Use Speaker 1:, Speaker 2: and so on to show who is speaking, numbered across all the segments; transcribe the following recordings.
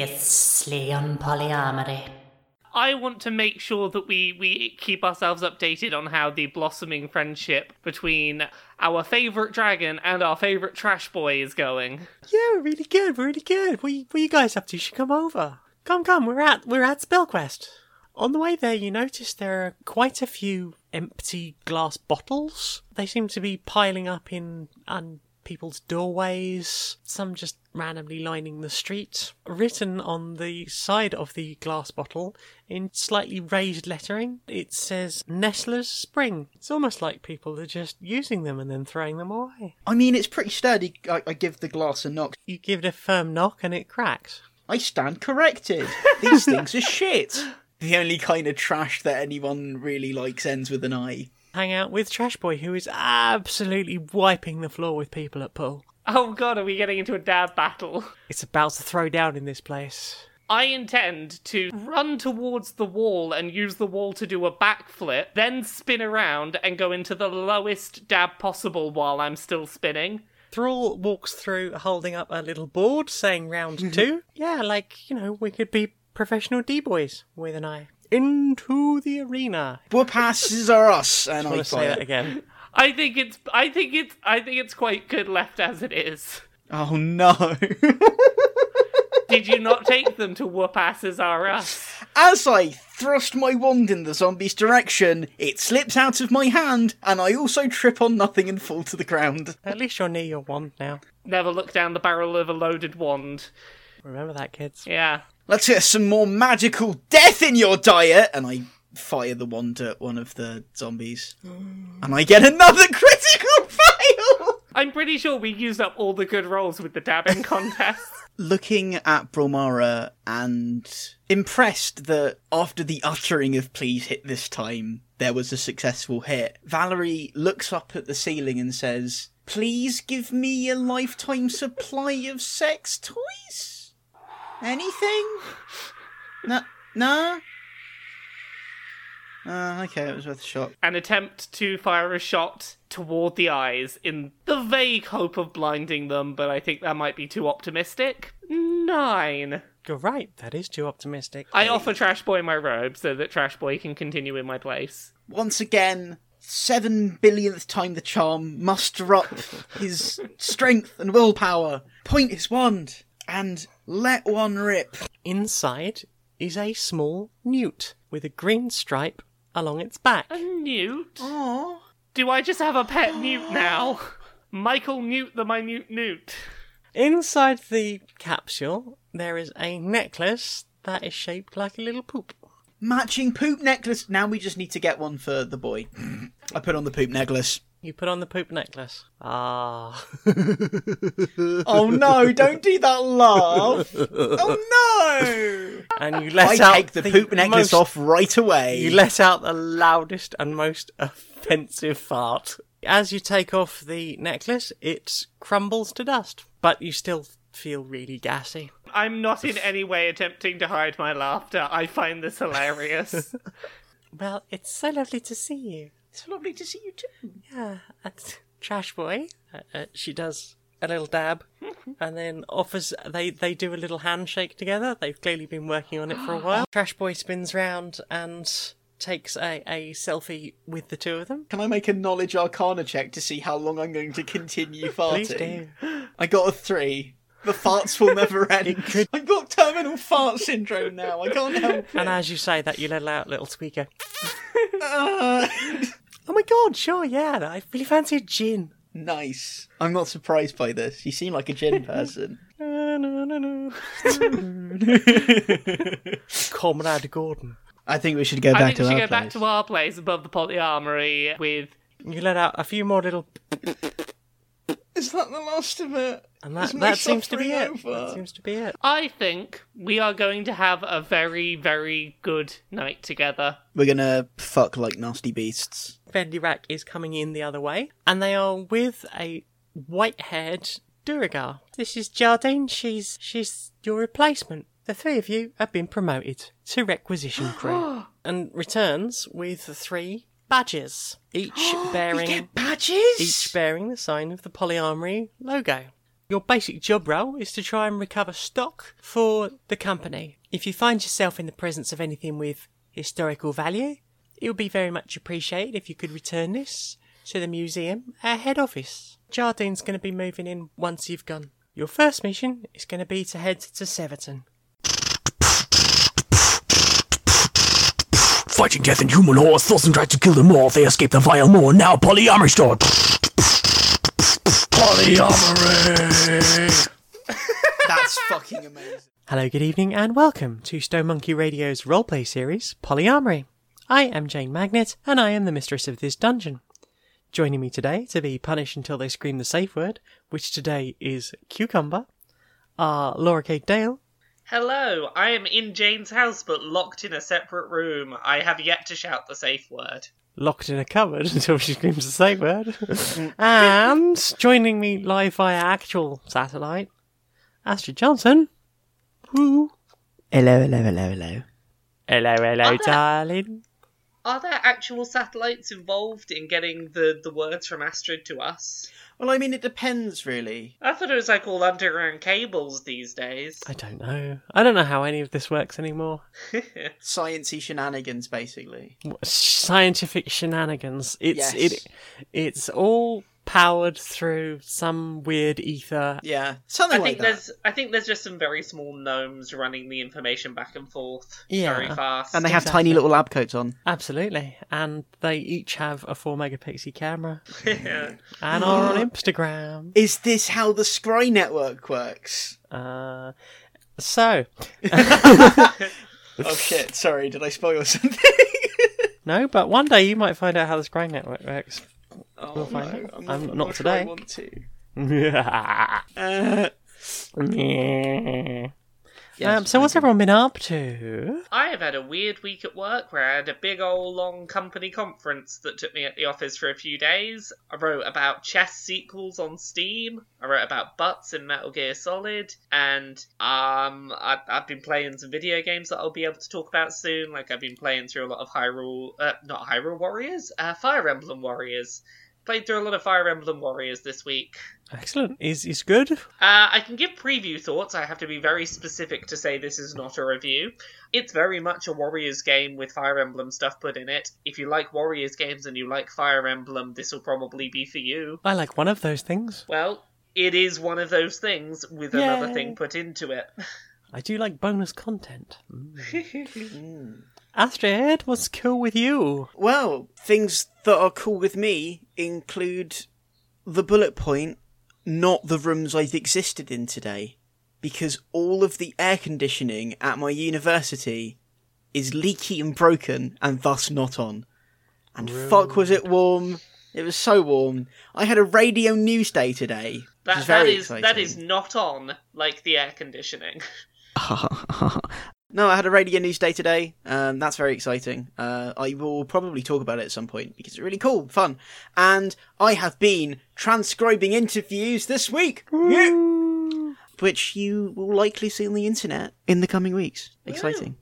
Speaker 1: Previously on polyamory.
Speaker 2: I want to make sure that we, we keep ourselves updated on how the blossoming friendship between our favourite dragon and our favourite trash boy is going.
Speaker 3: Yeah, we're really good. We're really good. What you, what you guys up to? You should come over. Come, come. We're at we're at Spellquest. On the way there, you notice there are quite a few empty glass bottles. They seem to be piling up in on people's doorways. Some just randomly lining the street. Written on the side of the glass bottle in slightly raised lettering, it says Nestler's Spring. It's almost like people are just using them and then throwing them away.
Speaker 4: I mean, it's pretty sturdy. I, I give the glass a knock.
Speaker 3: You give it a firm knock and it cracks.
Speaker 4: I stand corrected. These things are shit. The only kind of trash that anyone really likes ends with an I.
Speaker 3: Hang out with Trash Boy, who is absolutely wiping the floor with people at pool.
Speaker 2: Oh god, are we getting into a dab battle?
Speaker 3: It's about to throw down in this place.
Speaker 2: I intend to run towards the wall and use the wall to do a backflip, then spin around and go into the lowest dab possible while I'm still spinning.
Speaker 3: Thrall walks through holding up a little board saying round two. Yeah, like, you know, we could be professional D boys with an eye. Into the arena.
Speaker 4: What passes are us, and
Speaker 3: I
Speaker 4: I
Speaker 3: want to say that
Speaker 4: fire.
Speaker 3: again.
Speaker 2: I think it's I think it's I think it's quite good left as it is.
Speaker 4: Oh no!
Speaker 2: Did you not take them to whoop asses are us?
Speaker 4: As I thrust my wand in the zombie's direction, it slips out of my hand, and I also trip on nothing and fall to the ground.
Speaker 3: At least you're near your wand now.
Speaker 2: Never look down the barrel of a loaded wand.
Speaker 3: Remember that, kids.
Speaker 2: Yeah.
Speaker 4: Let's get some more magical death in your diet, and I fire the wand at one of the zombies, and I get another critical fail.
Speaker 2: I'm pretty sure we used up all the good rolls with the dabbing contest.
Speaker 4: looking at Bromara and impressed that after the uttering of please hit this time, there was a successful hit, Valerie looks up at the ceiling and says, Please give me a lifetime supply of sex toys? Anything? No? No? Uh, okay, it was worth a shot.
Speaker 2: An attempt to fire a shot toward the eyes in the vague hope of blinding them, but I think that might be too optimistic. Nine.
Speaker 3: You're right, that is too optimistic.
Speaker 2: I offer Trash Boy my robe so that Trash Boy can continue in my place.
Speaker 4: once again, seven billionth time the charm, muster up his strength and willpower, point his wand, and let one rip.
Speaker 3: Inside is a small newt with a green stripe along its back.
Speaker 2: A newt?
Speaker 4: Aww.
Speaker 2: Do I just have a pet newt now? Michael Newt the Minute Newt.
Speaker 3: Inside the capsule, there is a necklace that is shaped like a little poop.
Speaker 4: Matching poop necklace. Now we just need to get one for the boy. I put on the poop necklace.
Speaker 3: You put on the poop necklace. Ah.
Speaker 4: Oh no, don't do that laugh. Oh no!
Speaker 3: and you
Speaker 4: I
Speaker 3: let out
Speaker 4: take the, poop necklace
Speaker 3: most-
Speaker 4: off right away.
Speaker 3: You let out the loudest and most offensive fart. As you take off the necklace, it crumbles to dust, but you still feel really gassy.
Speaker 2: I'm not in any way attempting to hide my laughter. I find this hilarious.
Speaker 3: Well, it's so lovely to see you.
Speaker 4: it's lovely to see you too.
Speaker 3: Yeah, that's trash boy. Uh, uh, she does a little dab, and then offers. They they do a little handshake together. They've clearly been working on it for a while. trash boy spins round and takes a, a selfie with the two of them.
Speaker 4: Can I make a knowledge arcana check to see how long I'm going to continue farting?
Speaker 3: Please do.
Speaker 4: I got a three. The farts will never end. I've got terminal fart syndrome now. I can't help it.
Speaker 3: And as you say that, you let out a little squeaker.
Speaker 4: Uh,
Speaker 3: Oh my god, sure, yeah. I really fancy a gin.
Speaker 4: nice. I'm not surprised by this. You seem like a gin person.
Speaker 3: Comrade Gordon.
Speaker 4: I think we should go back
Speaker 2: I think
Speaker 4: to
Speaker 2: we should
Speaker 4: our
Speaker 2: go back
Speaker 4: place.
Speaker 2: to our place above the Potty Armory with.
Speaker 3: You let out a few more little.
Speaker 4: Is that the last of it?
Speaker 3: And that,
Speaker 4: Is my
Speaker 3: that seems to be it.
Speaker 4: suffering over?
Speaker 3: That seems to be it.
Speaker 2: I think we are going to have a very, very good night together.
Speaker 4: We're gonna fuck like nasty beasts.
Speaker 3: Fendi Rack is coming in the other way, and they are with a white haired Durigar. This is Jardine, she's she's your replacement. The three of you have been promoted to requisition crew. and returns with three badges, each bearing
Speaker 4: Badges.
Speaker 3: each bearing the sign of the polyamory logo. Your basic job role is to try and recover stock for the company. If you find yourself in the presence of anything with historical value, it would be very much appreciated if you could return this to the museum at head office. Jardine's going to be moving in once you've gone. Your first mission is going to be to head to Severton.
Speaker 1: Fighting death and human hordes, Thorson tried to kill them all. They escaped the vile moor. Now polyamory stored. Polyamory!
Speaker 4: That's fucking amazing.
Speaker 3: Hello, good evening, and welcome to Stone Monkey Radio's roleplay series, Polyamory. I am Jane Magnet, and I am the mistress of this dungeon. Joining me today to be punished until they scream the safe word, which today is cucumber, are Laura Kate Dale
Speaker 2: Hello, I am in Jane's house but locked in a separate room. I have yet to shout the safe word.
Speaker 3: locked in a cupboard until she screams the safe word. and joining me live via actual satellite, Astrid Johnson. Woo.
Speaker 4: Hello, hello, hello, hello.
Speaker 3: Hello, hello,
Speaker 2: there-
Speaker 3: darling.
Speaker 2: Are there actual satellites involved in getting the, the words from Astrid to us?
Speaker 4: Well, I mean, it depends, really.
Speaker 2: I thought it was like all underground cables these days.
Speaker 3: I don't know. I don't know how any of this works anymore.
Speaker 4: Sciency shenanigans, basically.
Speaker 3: scientific shenanigans. It's
Speaker 4: Yes.
Speaker 3: it, it's all powered through some weird ether.
Speaker 4: Yeah, something
Speaker 2: I
Speaker 4: like
Speaker 2: think
Speaker 4: that.
Speaker 2: there's I think there's just some very small gnomes running the information back and forth
Speaker 3: Yeah.
Speaker 2: very fast.
Speaker 4: And they have tiny little lab coats on.
Speaker 3: Absolutely, and they each have a four megapixel camera and are on Instagram.
Speaker 4: Is this how the Scry Network works?
Speaker 3: Uh, so
Speaker 4: Oh shit! Sorry, did I spoil something?
Speaker 3: no, but one day you might find out how the Scry network works.
Speaker 4: oh,
Speaker 3: find
Speaker 4: no,
Speaker 3: out.
Speaker 4: I'm
Speaker 3: I'm
Speaker 4: I'm
Speaker 3: not
Speaker 4: sure I
Speaker 3: today.
Speaker 4: want to. Um, Uh,
Speaker 3: um, so what's everyone been up to?
Speaker 2: I have had a weird week at work where I had a big old long company conference that took me at the office for a few days. I wrote about chess sequels on Steam. I wrote about butts in Metal Gear Solid, and um, I, I've been playing some video games that I'll be able to talk about soon. Like I've been playing through a lot of Hyrule, uh, not Hyrule Warriors, uh, Fire Emblem Warriors. Played through a lot of Fire Emblem Warriors this week.
Speaker 3: Excellent. Is is good?
Speaker 2: Uh, I can give preview thoughts. I have to be very specific to say this is not a review. It's very much a Warriors game with Fire Emblem stuff put in it. If you like Warriors games and you like Fire Emblem, this will probably be for you.
Speaker 3: I like one of those things.
Speaker 2: Well, it is one of those things with another thing put into it.
Speaker 3: I do like bonus content. Astrid, what's cool with you?
Speaker 4: Well, things that are cool with me include the bullet point, not the rooms I've existed in today, because all of the air conditioning at my university is leaky and broken and thus not on. And fuck was it warm. It was so warm. I had a radio news day today.
Speaker 2: That,
Speaker 4: which is very
Speaker 2: that is that
Speaker 4: exciting.
Speaker 2: is not on like the air conditioning.
Speaker 4: No, I had a radio news day today. Um, that's very exciting. Uh, I will probably talk about it at some point because it's really cool, fun, and I have been transcribing interviews this week, which you will likely see on the internet in the coming weeks. Exciting.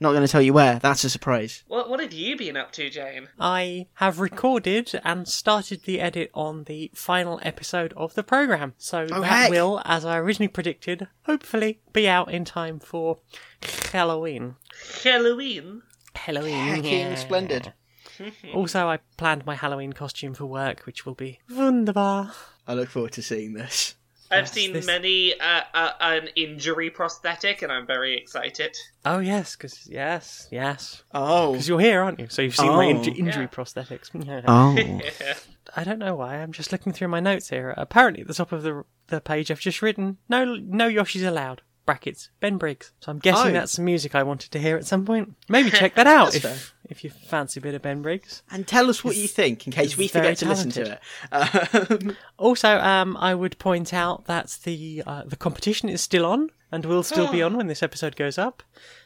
Speaker 4: Not going to tell you where. That's a surprise.
Speaker 2: What what have you been up to, Jane?
Speaker 3: I have recorded and started the edit on the final episode of the program. So that
Speaker 4: heck.
Speaker 3: will, as I originally predicted, hopefully be out in time for Halloween.
Speaker 2: Halloween.
Speaker 3: Halloween. yeah.
Speaker 4: splendid.
Speaker 3: Also, I planned my Halloween costume for work, which will be wunderbar.
Speaker 4: I look forward to seeing this.
Speaker 2: I've seen
Speaker 3: this-
Speaker 2: many uh, uh, an injury prosthetic, and I'm very excited.
Speaker 3: Oh, yes, because, yes, yes.
Speaker 4: Oh.
Speaker 3: Because you're here, aren't you? So you've seen my in-
Speaker 4: Oh.
Speaker 3: injury
Speaker 2: Yeah.
Speaker 3: prosthetics.
Speaker 4: Oh.
Speaker 3: I don't know why. I'm just looking through my notes here. Apparently, at the top of the the page, I've just written no no Yoshi's allowed. Brackets Ben Briggs. So I'm guessing
Speaker 4: Oh.
Speaker 3: that's some music I wanted to hear at some point. Maybe check that out
Speaker 4: That's
Speaker 3: if
Speaker 4: fair.
Speaker 3: if you fancy a bit of Ben Briggs.
Speaker 4: and tell us what you think in case
Speaker 3: he's
Speaker 4: we
Speaker 3: very
Speaker 4: forget to listen to it. Um,
Speaker 3: Also, um, I would point out that the uh, the competition is still on and will still be on when this episode goes up.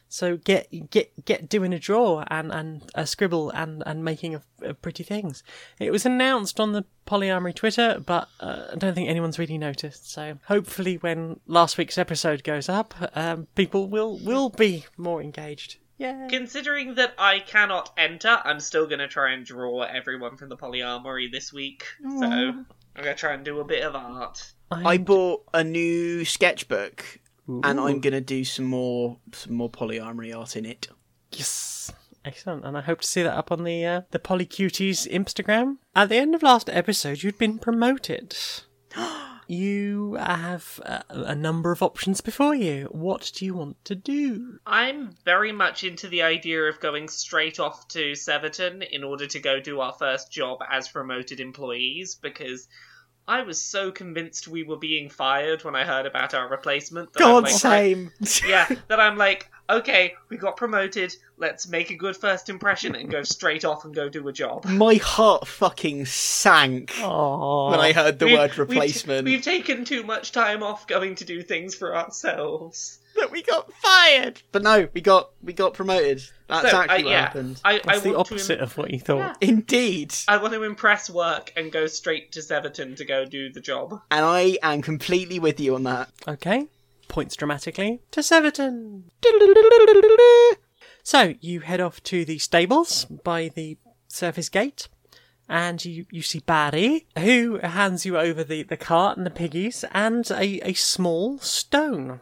Speaker 3: So get get get doing a draw and and a scribble and and making of, of pretty things. It was announced on the Polyamory Twitter, but uh, I don't think anyone's really noticed. So hopefully, when last week's episode goes up, um, people will will be more engaged. Yeah.
Speaker 2: Considering that I cannot enter, I'm still going to try and draw everyone from the Polyarmory this week. So I'm going to try and do a bit of art.
Speaker 4: I bought a new sketchbook, and I'm gonna do some more some more polyarmory art in it.
Speaker 3: Yes. Excellent, and I hope to see that up on the uh, the Polycuties Instagram. At the end of last episode, you'd been promoted. you have a, a number of options before you. What do you want to do?
Speaker 2: I'm very much into the idea of going straight off to Severton in order to go do our first job as promoted employees because I was so convinced we were being fired when I heard about our replacement. That I'm
Speaker 4: God,
Speaker 2: like,
Speaker 4: same.
Speaker 2: yeah, that I'm like, okay, we got promoted. Let's make a good first impression and go straight off and go do a job.
Speaker 4: My heart fucking sank
Speaker 3: Oh,
Speaker 4: when I heard the
Speaker 2: We've-
Speaker 4: word
Speaker 2: we've-
Speaker 4: replacement.
Speaker 2: We've, taken too much time off going to do things for ourselves.
Speaker 4: That we got fired, but no, we got we got promoted. That's
Speaker 2: So,
Speaker 4: actually
Speaker 2: I,
Speaker 4: what
Speaker 2: yeah,
Speaker 4: happened.
Speaker 2: I, I
Speaker 3: that's the
Speaker 2: want to im-
Speaker 3: opposite of what you thought.
Speaker 2: Yeah.
Speaker 4: Indeed,
Speaker 2: I want to impress work and go straight to Severton to go do the job.
Speaker 4: and I am completely with you on that.
Speaker 3: Okay. Points dramatically to Severton. So you head off to the stables by the service gate, and you, you see Barry, who hands you over the, the cart and the piggies and a, a small stone.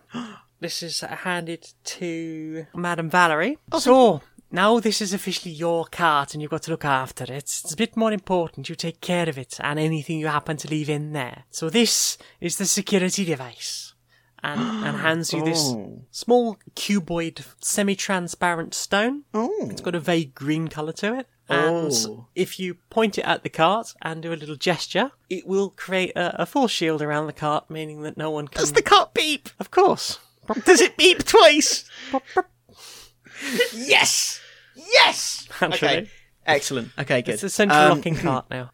Speaker 3: This is handed to Madame Valerie. so now this is officially your cart, and you've got to look after it. It's a bit more important you take care of it and anything you happen to leave in there. So this is the security device, and and hands you this
Speaker 4: Oh.
Speaker 3: small cuboid, semi-transparent stone.
Speaker 4: Oh,
Speaker 3: It's got a vague green colour to it. And
Speaker 4: Oh.
Speaker 3: if you point it at the cart and do a little gesture, it will create a, a force shield around the cart, meaning that no one can.
Speaker 4: does the cut beep?
Speaker 3: Of course.
Speaker 4: Does it beep twice? yes, yes. Okay,
Speaker 3: Actually.
Speaker 4: excellent. Okay, good.
Speaker 3: It's a central
Speaker 4: Um,
Speaker 3: locking cart now.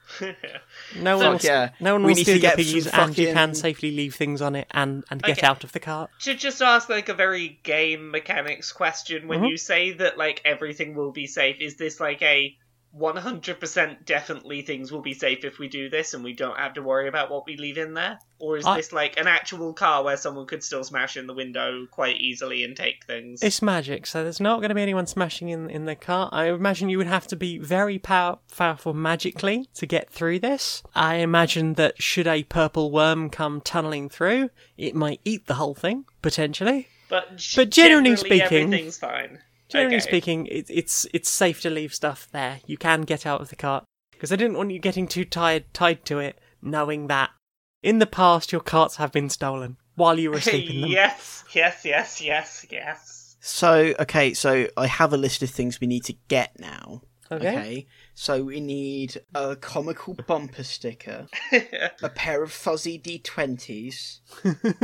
Speaker 3: No one,
Speaker 2: Fuck
Speaker 3: will,
Speaker 4: yeah.
Speaker 3: no one
Speaker 4: We
Speaker 3: will
Speaker 4: need
Speaker 3: steal
Speaker 4: to
Speaker 3: your
Speaker 4: get
Speaker 3: piggies,
Speaker 4: some
Speaker 3: and you can
Speaker 4: fucking-
Speaker 3: safely leave things on it and, and get
Speaker 2: Okay.
Speaker 3: out of the cart.
Speaker 2: To just ask like a very game mechanics question,
Speaker 4: Mm-hmm.
Speaker 2: when you say that like everything will be safe, is this like a 100% definitely things will be safe if we do this and we don't have to worry about what we leave in there? Or is
Speaker 3: I-
Speaker 2: this like an actual car where someone could still smash in the window quite easily and take things?
Speaker 3: It's magic, so there's not going to be anyone smashing in, in the cart. I imagine you would have to be very power, powerful magically to get through this. I imagine that should a purple worm come tunneling through, it might eat the whole thing, potentially.
Speaker 2: But,
Speaker 3: But generally speaking-
Speaker 2: everything's fine.
Speaker 3: Generally
Speaker 2: Okay.
Speaker 3: speaking, it, it's it's safe to leave stuff there. You can get out of the cart because I didn't want you getting too tired tied to it, knowing that in the past your carts have been stolen while you were asleep in them.
Speaker 2: yes, yes, yes, yes, yes.
Speaker 4: So okay, so I have a list of things we need to get now.
Speaker 3: Okay.
Speaker 4: So we need a comical bumper sticker, a pair of fuzzy D20s,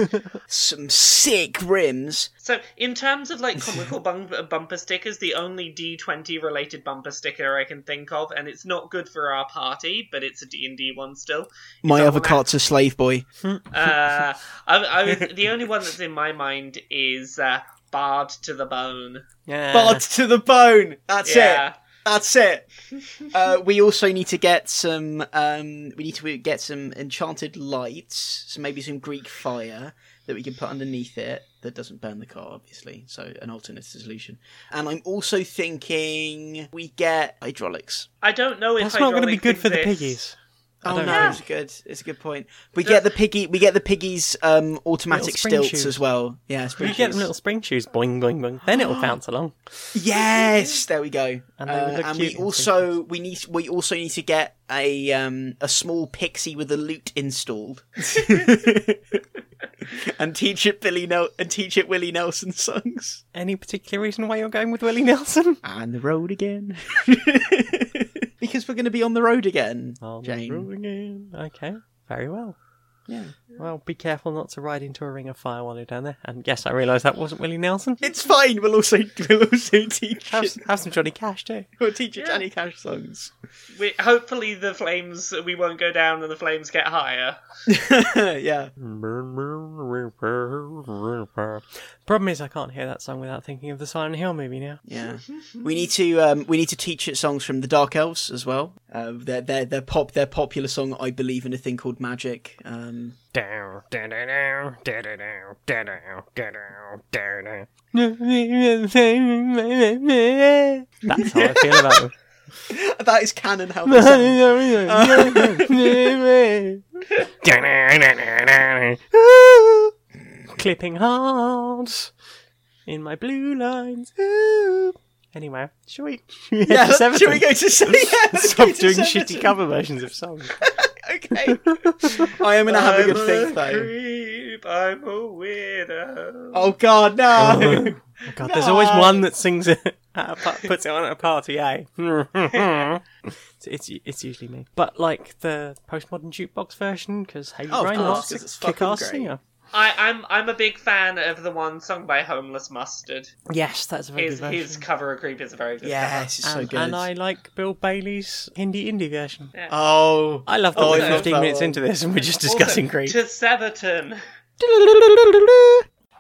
Speaker 4: some sick rims.
Speaker 2: So, in terms of like comical bum- bumper stickers, the only D20 related bumper sticker I can think of, and it's not good for our party, but it's a D&D one still.
Speaker 4: My
Speaker 2: that
Speaker 4: other
Speaker 2: one
Speaker 4: cart's a slave boy.
Speaker 2: Uh, I, I was, the only one that's in my mind is uh, barred to the bone.
Speaker 3: Yeah.
Speaker 4: Barred to the bone. That's
Speaker 2: yeah.
Speaker 4: it. That's it. uh, we also need to get some. Um, we need to get some enchanted lights. So maybe some Greek fire that we can put underneath it that doesn't burn the car, obviously. So an alternate solution. And I'm also thinking we get hydraulics.
Speaker 2: I don't know if
Speaker 3: That's not going to be
Speaker 2: hydraulic
Speaker 3: good for the
Speaker 2: exists.
Speaker 3: piggies. I
Speaker 4: Oh no,
Speaker 3: don't know. Uh,
Speaker 4: it's good. It's a good point. We get the piggy. We get the piggies um, automatic
Speaker 3: Little spring
Speaker 4: stilts
Speaker 3: shoes.
Speaker 4: as well. Yeah, spring
Speaker 3: You get them
Speaker 4: shoes.
Speaker 3: little spring shoes, boing boing boing. Then it'll bounce along.
Speaker 4: Yes, there we go.
Speaker 3: And
Speaker 4: And,
Speaker 3: they would
Speaker 4: uh,
Speaker 3: look
Speaker 4: and
Speaker 3: cute
Speaker 4: we
Speaker 3: in
Speaker 4: also we need we also need to get a um a small pixie with a lute installed, and teach it Billy Nel- and teach it Willie Nelson songs.
Speaker 3: Any particular reason why you're going with Willie Nelson?
Speaker 4: And the road again, because we're going to be on the road again, Jane.
Speaker 3: Okay, very well.
Speaker 4: Yeah,
Speaker 3: Well, be careful not to ride into a ring of fire while you're down there. And yes, I realise that wasn't Willie Nelson.
Speaker 4: it's fine. We'll also we'll also teach
Speaker 3: Have,
Speaker 4: it,
Speaker 3: have some Johnny Cash too.
Speaker 4: we'll teach it
Speaker 2: Yeah.
Speaker 4: Johnny Cash songs.
Speaker 2: We, hopefully, the flames we won't go down and the flames get higher.
Speaker 4: yeah,
Speaker 3: Problem is, I can't hear that song without thinking of the Silent Hill movie now.
Speaker 4: Yeah, we need to um, we need to teach it songs from the Dark Elves as well. Uh, their their their pop their popular song "I Believe in a Thing Called Magic." Um,
Speaker 3: That's how I feel about them.
Speaker 4: that is canon how they sound.
Speaker 3: Clipping hearts in my blue lines. Ooh. Anyway, shall we?
Speaker 4: Yeah,
Speaker 3: Just
Speaker 4: should we
Speaker 3: everything.
Speaker 4: go to se- yeah, let's
Speaker 3: Stop
Speaker 4: go to
Speaker 3: doing
Speaker 4: Severton.
Speaker 3: shitty cover versions of songs.
Speaker 4: Okay. I am gonna have a
Speaker 2: I'm
Speaker 4: good think
Speaker 2: a
Speaker 4: though.
Speaker 2: creep, I'm a weirdo.
Speaker 4: Oh god, no.
Speaker 3: Oh, God, there's always one that sings it, at a par- puts it on at a party, eh? it's, it's it's usually me, but like the postmodern jukebox version because Haley
Speaker 4: Oh, of course,
Speaker 3: Reinhardt's
Speaker 4: 'cause it's
Speaker 3: a
Speaker 4: fucking
Speaker 3: kick-ass
Speaker 4: great.
Speaker 3: singer.
Speaker 2: I, I'm I'm a big fan of the one sung by Homeless Mustard.
Speaker 3: Yes, that's a very
Speaker 2: His
Speaker 3: good version.
Speaker 2: his cover of Creep is a very good
Speaker 4: yes, it's
Speaker 3: and,
Speaker 4: so good.
Speaker 3: and I like Bill Bailey's indie indie version.
Speaker 4: Oh,
Speaker 3: I love that
Speaker 4: Oh, I
Speaker 3: we're
Speaker 4: love
Speaker 3: 15
Speaker 4: that
Speaker 3: minutes
Speaker 4: one.
Speaker 3: into this and we're just
Speaker 2: cover.
Speaker 3: discussing
Speaker 2: Also,
Speaker 3: Creep.
Speaker 2: To Severton.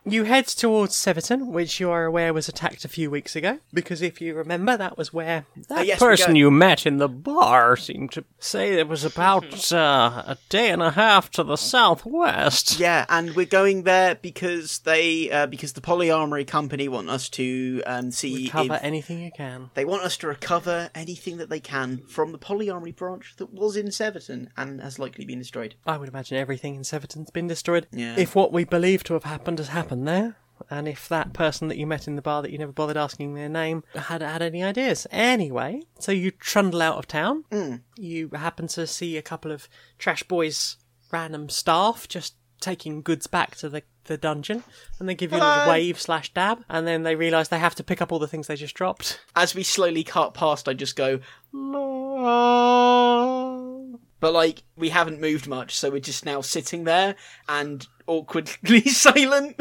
Speaker 3: You head towards Severton, which you are aware was attacked a few weeks ago, because if you remember, that was where uh, that
Speaker 4: yes, we
Speaker 3: person
Speaker 4: go-
Speaker 3: you met in the bar seemed to say it was about uh, a day and a half to the southwest.
Speaker 4: Yeah, and we're going there because they uh, because the polyarmory company want us to um, see
Speaker 3: Cover
Speaker 4: if-
Speaker 3: anything you can.
Speaker 4: they want us to recover anything that they can from the polyarmory branch that was in Severton and has likely been destroyed.
Speaker 3: I would imagine everything in Severton's been destroyed.
Speaker 4: Yeah.
Speaker 3: If what we believe to have happened has happened there, and if that person that you met in the bar that you never bothered asking their name had had any ideas. Anyway, so you trundle out of town. You happen to see a couple of trash boys, random staff, just taking goods back to the the dungeon, and they give you a little wave slash dab, and then they realise they have to pick up all the things they just dropped.
Speaker 4: As we slowly cart past, I just go. "La." But like we haven't moved much, so we're just now sitting there and awkwardly silent.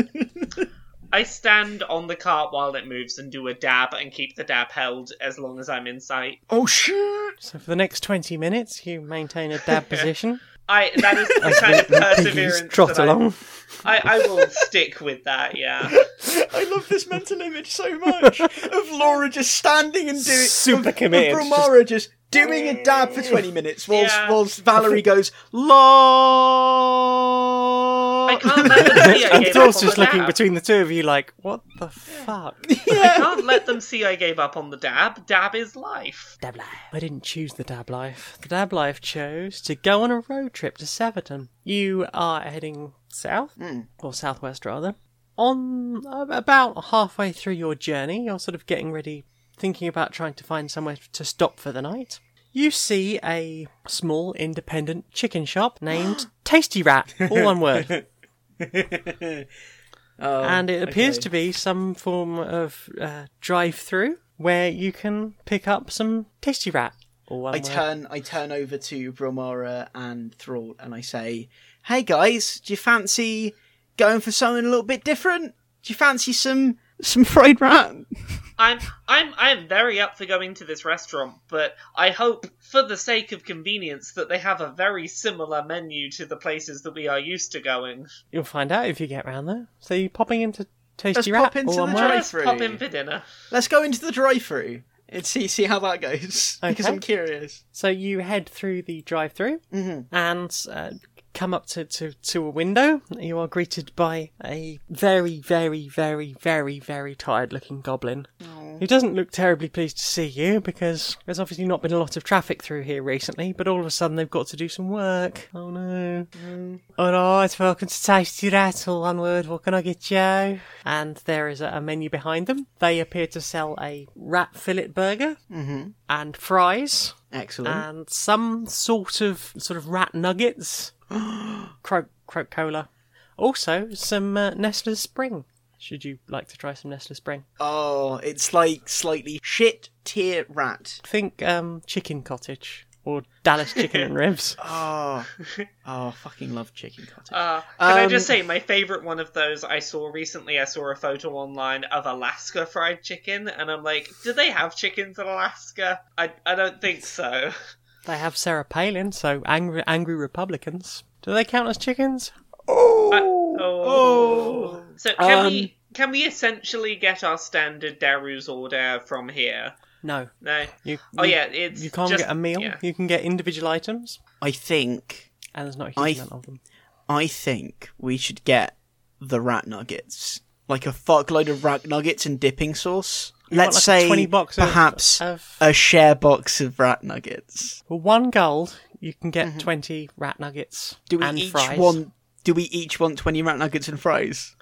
Speaker 2: I stand on the cart while it moves and do a dab and keep the dab held as long as I'm in sight.
Speaker 4: oh shoot!
Speaker 3: So for the next twenty minutes, you maintain a dab position.
Speaker 2: I that is the kind of
Speaker 3: Piggies
Speaker 2: perseverance
Speaker 3: trot
Speaker 2: that I-
Speaker 3: along.
Speaker 2: I, I will stick with that. Yeah.
Speaker 4: I love this mental image so much of Laura just standing and doing
Speaker 3: Super
Speaker 4: of,
Speaker 3: committed,
Speaker 4: Of Bromara just doing a dab for twenty minutes whilst
Speaker 2: Yeah.
Speaker 4: whilst Valerie goes la.
Speaker 2: I can't let them see I gave
Speaker 3: And
Speaker 2: up on
Speaker 3: Thor's just
Speaker 2: the
Speaker 3: looking
Speaker 2: dab.
Speaker 3: between the two of you like, what the fuck?
Speaker 2: I can't let them see I gave up on the dab. Dab is life.
Speaker 3: dab life. I didn't choose the dab life. The dab life chose to go on a road trip to Severton. You are heading south, or southwest rather. On uh, about halfway through your journey, you're sort of getting ready, thinking about trying to find somewhere to stop for the night. You see a small independent chicken shop named Tasty Rat, all one word.
Speaker 4: Oh,
Speaker 3: and it appears to be some form of uh, drive-through where you can pick up some tasty rat. Or one
Speaker 4: I
Speaker 3: word.
Speaker 4: turn I turn over to Bromara and Thrall and I say, "Hey guys, do you fancy going for something a little bit different? Do you fancy some some fried rat?"
Speaker 2: I'm I'm I'm very up for going to this restaurant, but I hope for the sake of convenience that they have a very similar menu to the places that we are used to going.
Speaker 3: You'll find out if you get round there. So you popping into tasty
Speaker 4: Let's
Speaker 3: rat.
Speaker 4: pop into
Speaker 3: all one
Speaker 4: the
Speaker 3: word.
Speaker 4: drive-
Speaker 2: Let's pop in
Speaker 4: Drive-through.
Speaker 2: for dinner.
Speaker 4: Let's go into the drive-through and see see how that goes because
Speaker 3: Okay.
Speaker 4: I'm curious.
Speaker 3: So you head through the drive-through and uh, come up to, to, to a window. You are greeted by a very, very, very, very, very tired-looking goblin who doesn't look terribly pleased to see you because there's obviously not been a lot of traffic through here recently. But all of a sudden they've got to do some work. Oh no! All right, welcome to Tasty Rattle. One word. What can I get you? And there is a, a menu behind them. They appear to sell a rat fillet burger and fries
Speaker 4: Excellent.
Speaker 3: and some sort of sort of rat nuggets, croak croak cola, also some uh, Nestle Spring. Should you like to try some Nestle Spring?
Speaker 4: Oh, it's like slightly shit tier rat.
Speaker 3: Think um, Chicken Cottage or Dallas Chicken and Ribs.
Speaker 4: Oh, oh, fucking love chicken cottage.
Speaker 2: Uh, can I
Speaker 4: Um,
Speaker 2: just say my favorite one of those I saw recently? I saw a photo online of Alaska fried chicken, and I'm like, do they have chickens in Alaska? I I don't think so.
Speaker 3: They have Sarah Palin, so angry angry Republicans. Do they count as chickens?
Speaker 2: Oh. So can
Speaker 4: Um,
Speaker 2: we can we essentially get our standard Daru's order from here?
Speaker 3: No.
Speaker 2: No.
Speaker 3: You,
Speaker 2: Oh
Speaker 3: you-
Speaker 2: yeah, it's
Speaker 3: You can't
Speaker 2: just-
Speaker 3: get a meal.
Speaker 2: yeah.
Speaker 3: You can get individual items,
Speaker 4: I think,
Speaker 3: and there's not a
Speaker 4: I-
Speaker 3: huge amount of them.
Speaker 4: I think we should get the rat nuggets, like a fuckload of rat nuggets and dipping sauce.
Speaker 3: You want,
Speaker 4: Let's
Speaker 3: like, a
Speaker 4: say
Speaker 3: 20 box of-
Speaker 4: perhaps
Speaker 3: of-
Speaker 4: a share box of rat nuggets.
Speaker 3: For one gold, you can get 20 rat nuggets
Speaker 4: Do we
Speaker 3: and
Speaker 4: each
Speaker 3: fries.
Speaker 4: want? Do we each want twenty rat nuggets and fries?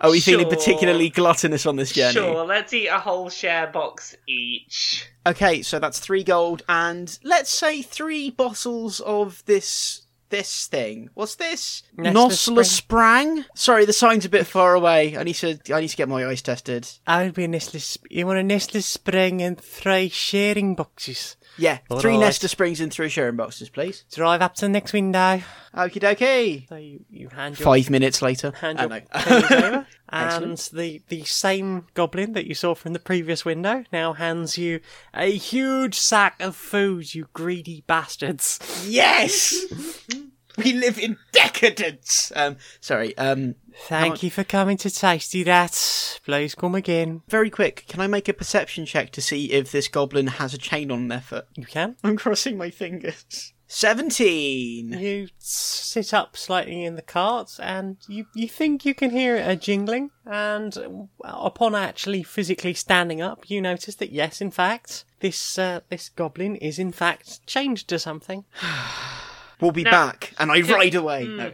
Speaker 4: Are we feeling
Speaker 2: Sure.
Speaker 4: particularly gluttonous on this journey?
Speaker 2: Sure, let's eat a whole share box each.
Speaker 4: Okay, so that's three gold and let's say three bottles of this this thing. What's this?
Speaker 3: Nestle
Speaker 4: Nosla Sprang? Sorry, the sign's a bit far away. I need to I need to get my eyes tested.
Speaker 3: I would be a Nestle. Sp- you want a Nestle Spring and three sharing boxes.
Speaker 4: Yeah,
Speaker 3: All
Speaker 4: three
Speaker 3: right.
Speaker 4: Nestor Springs and three sharing boxes, please.
Speaker 3: Drive up to the next window.
Speaker 4: Okie dokie.
Speaker 3: So you, you hand your
Speaker 4: Five minutes later.
Speaker 3: hand
Speaker 4: Oh,
Speaker 3: your
Speaker 4: no.
Speaker 3: pennies over, and the the same goblin that you saw from the previous window now hands you a huge sack of food. You greedy bastards!
Speaker 4: yes! we live in decadence! Um, sorry, um,
Speaker 3: Thank you for coming to Tasty That. Please come again.
Speaker 4: very quick, can I make a perception check to see if this goblin has a chain on their foot?
Speaker 3: You can.
Speaker 4: I'm crossing my fingers. 17!
Speaker 3: You sit up slightly in the cart, and you you think you can hear a jingling. And upon actually physically standing up, you notice that yes, in fact, this uh, this goblin is in fact chained to something.
Speaker 4: We'll be
Speaker 2: Now-
Speaker 4: back. And I ride away. No.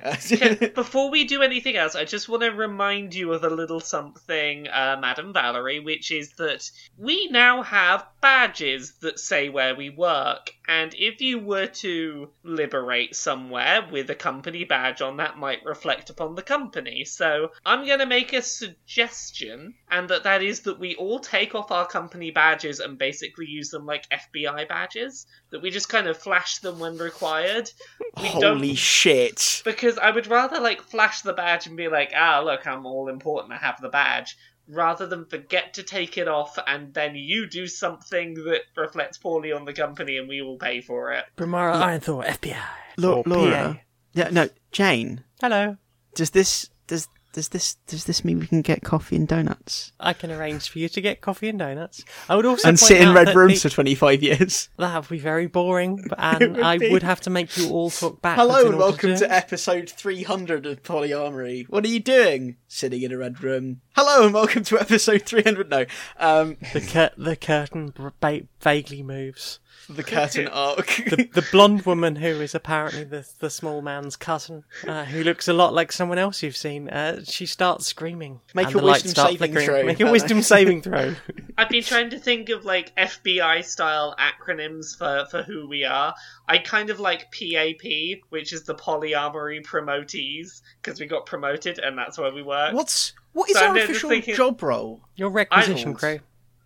Speaker 2: Before we do anything else, I just want to remind you of a little something, uh, Madam Valerie, which is that we now have badges that say where we work, and if you were to liberate somewhere with a company badge on, that might reflect upon the company. So I'm going to make a suggestion, and that that is that we all take off our company badges and basically use them like FBI badges, that we just kind of flash them when required. We
Speaker 4: Holy shit.
Speaker 2: because I would rather like flash the badge and be like, ah, look, I'm all important. I have the badge, rather than forget to take it off and then you do something that reflects poorly on the company and we all pay for it.
Speaker 3: Bramara Ironthor, FBI.
Speaker 4: Look,
Speaker 3: Or
Speaker 4: Laura. Yeah, no, Jane.
Speaker 3: PA. Hello.
Speaker 4: Does this does does this does this mean we can get coffee and donuts
Speaker 3: I can arrange for you to get coffee and donuts. I would also
Speaker 4: and
Speaker 3: point
Speaker 4: sit in
Speaker 3: out
Speaker 4: red
Speaker 3: that
Speaker 4: rooms
Speaker 3: the-
Speaker 4: for twenty five years?
Speaker 3: that would be very boring, but- and
Speaker 4: would
Speaker 3: I
Speaker 4: be.
Speaker 3: would have to make you all talk back.
Speaker 4: Hello and welcome to episode 300 of Polyamory. What are you doing? Sitting in a red room. Hello and welcome to episode 300. No, um,
Speaker 3: the cur- the curtain br- ba- vaguely moves.
Speaker 4: the curtain arc.
Speaker 3: The, the blonde woman who is apparently the the small man's cousin, uh, who looks a lot like someone else you've seen, uh, she starts screaming.
Speaker 4: Make
Speaker 3: and
Speaker 4: a
Speaker 3: the lights
Speaker 4: wisdom
Speaker 3: start
Speaker 4: saving
Speaker 3: flickering.
Speaker 4: throw.
Speaker 3: Make a wisdom saving throw.
Speaker 2: I've been trying to think of like FBI style acronyms for for who we are. I kind of like PAP, which is the Polyamory Promotees, because we got promoted and that's where we work.
Speaker 4: What's what is
Speaker 2: So
Speaker 4: our
Speaker 2: I'm just
Speaker 4: official
Speaker 2: thinking-
Speaker 4: job role?
Speaker 3: Your requisition
Speaker 2: Idols.
Speaker 3: crew.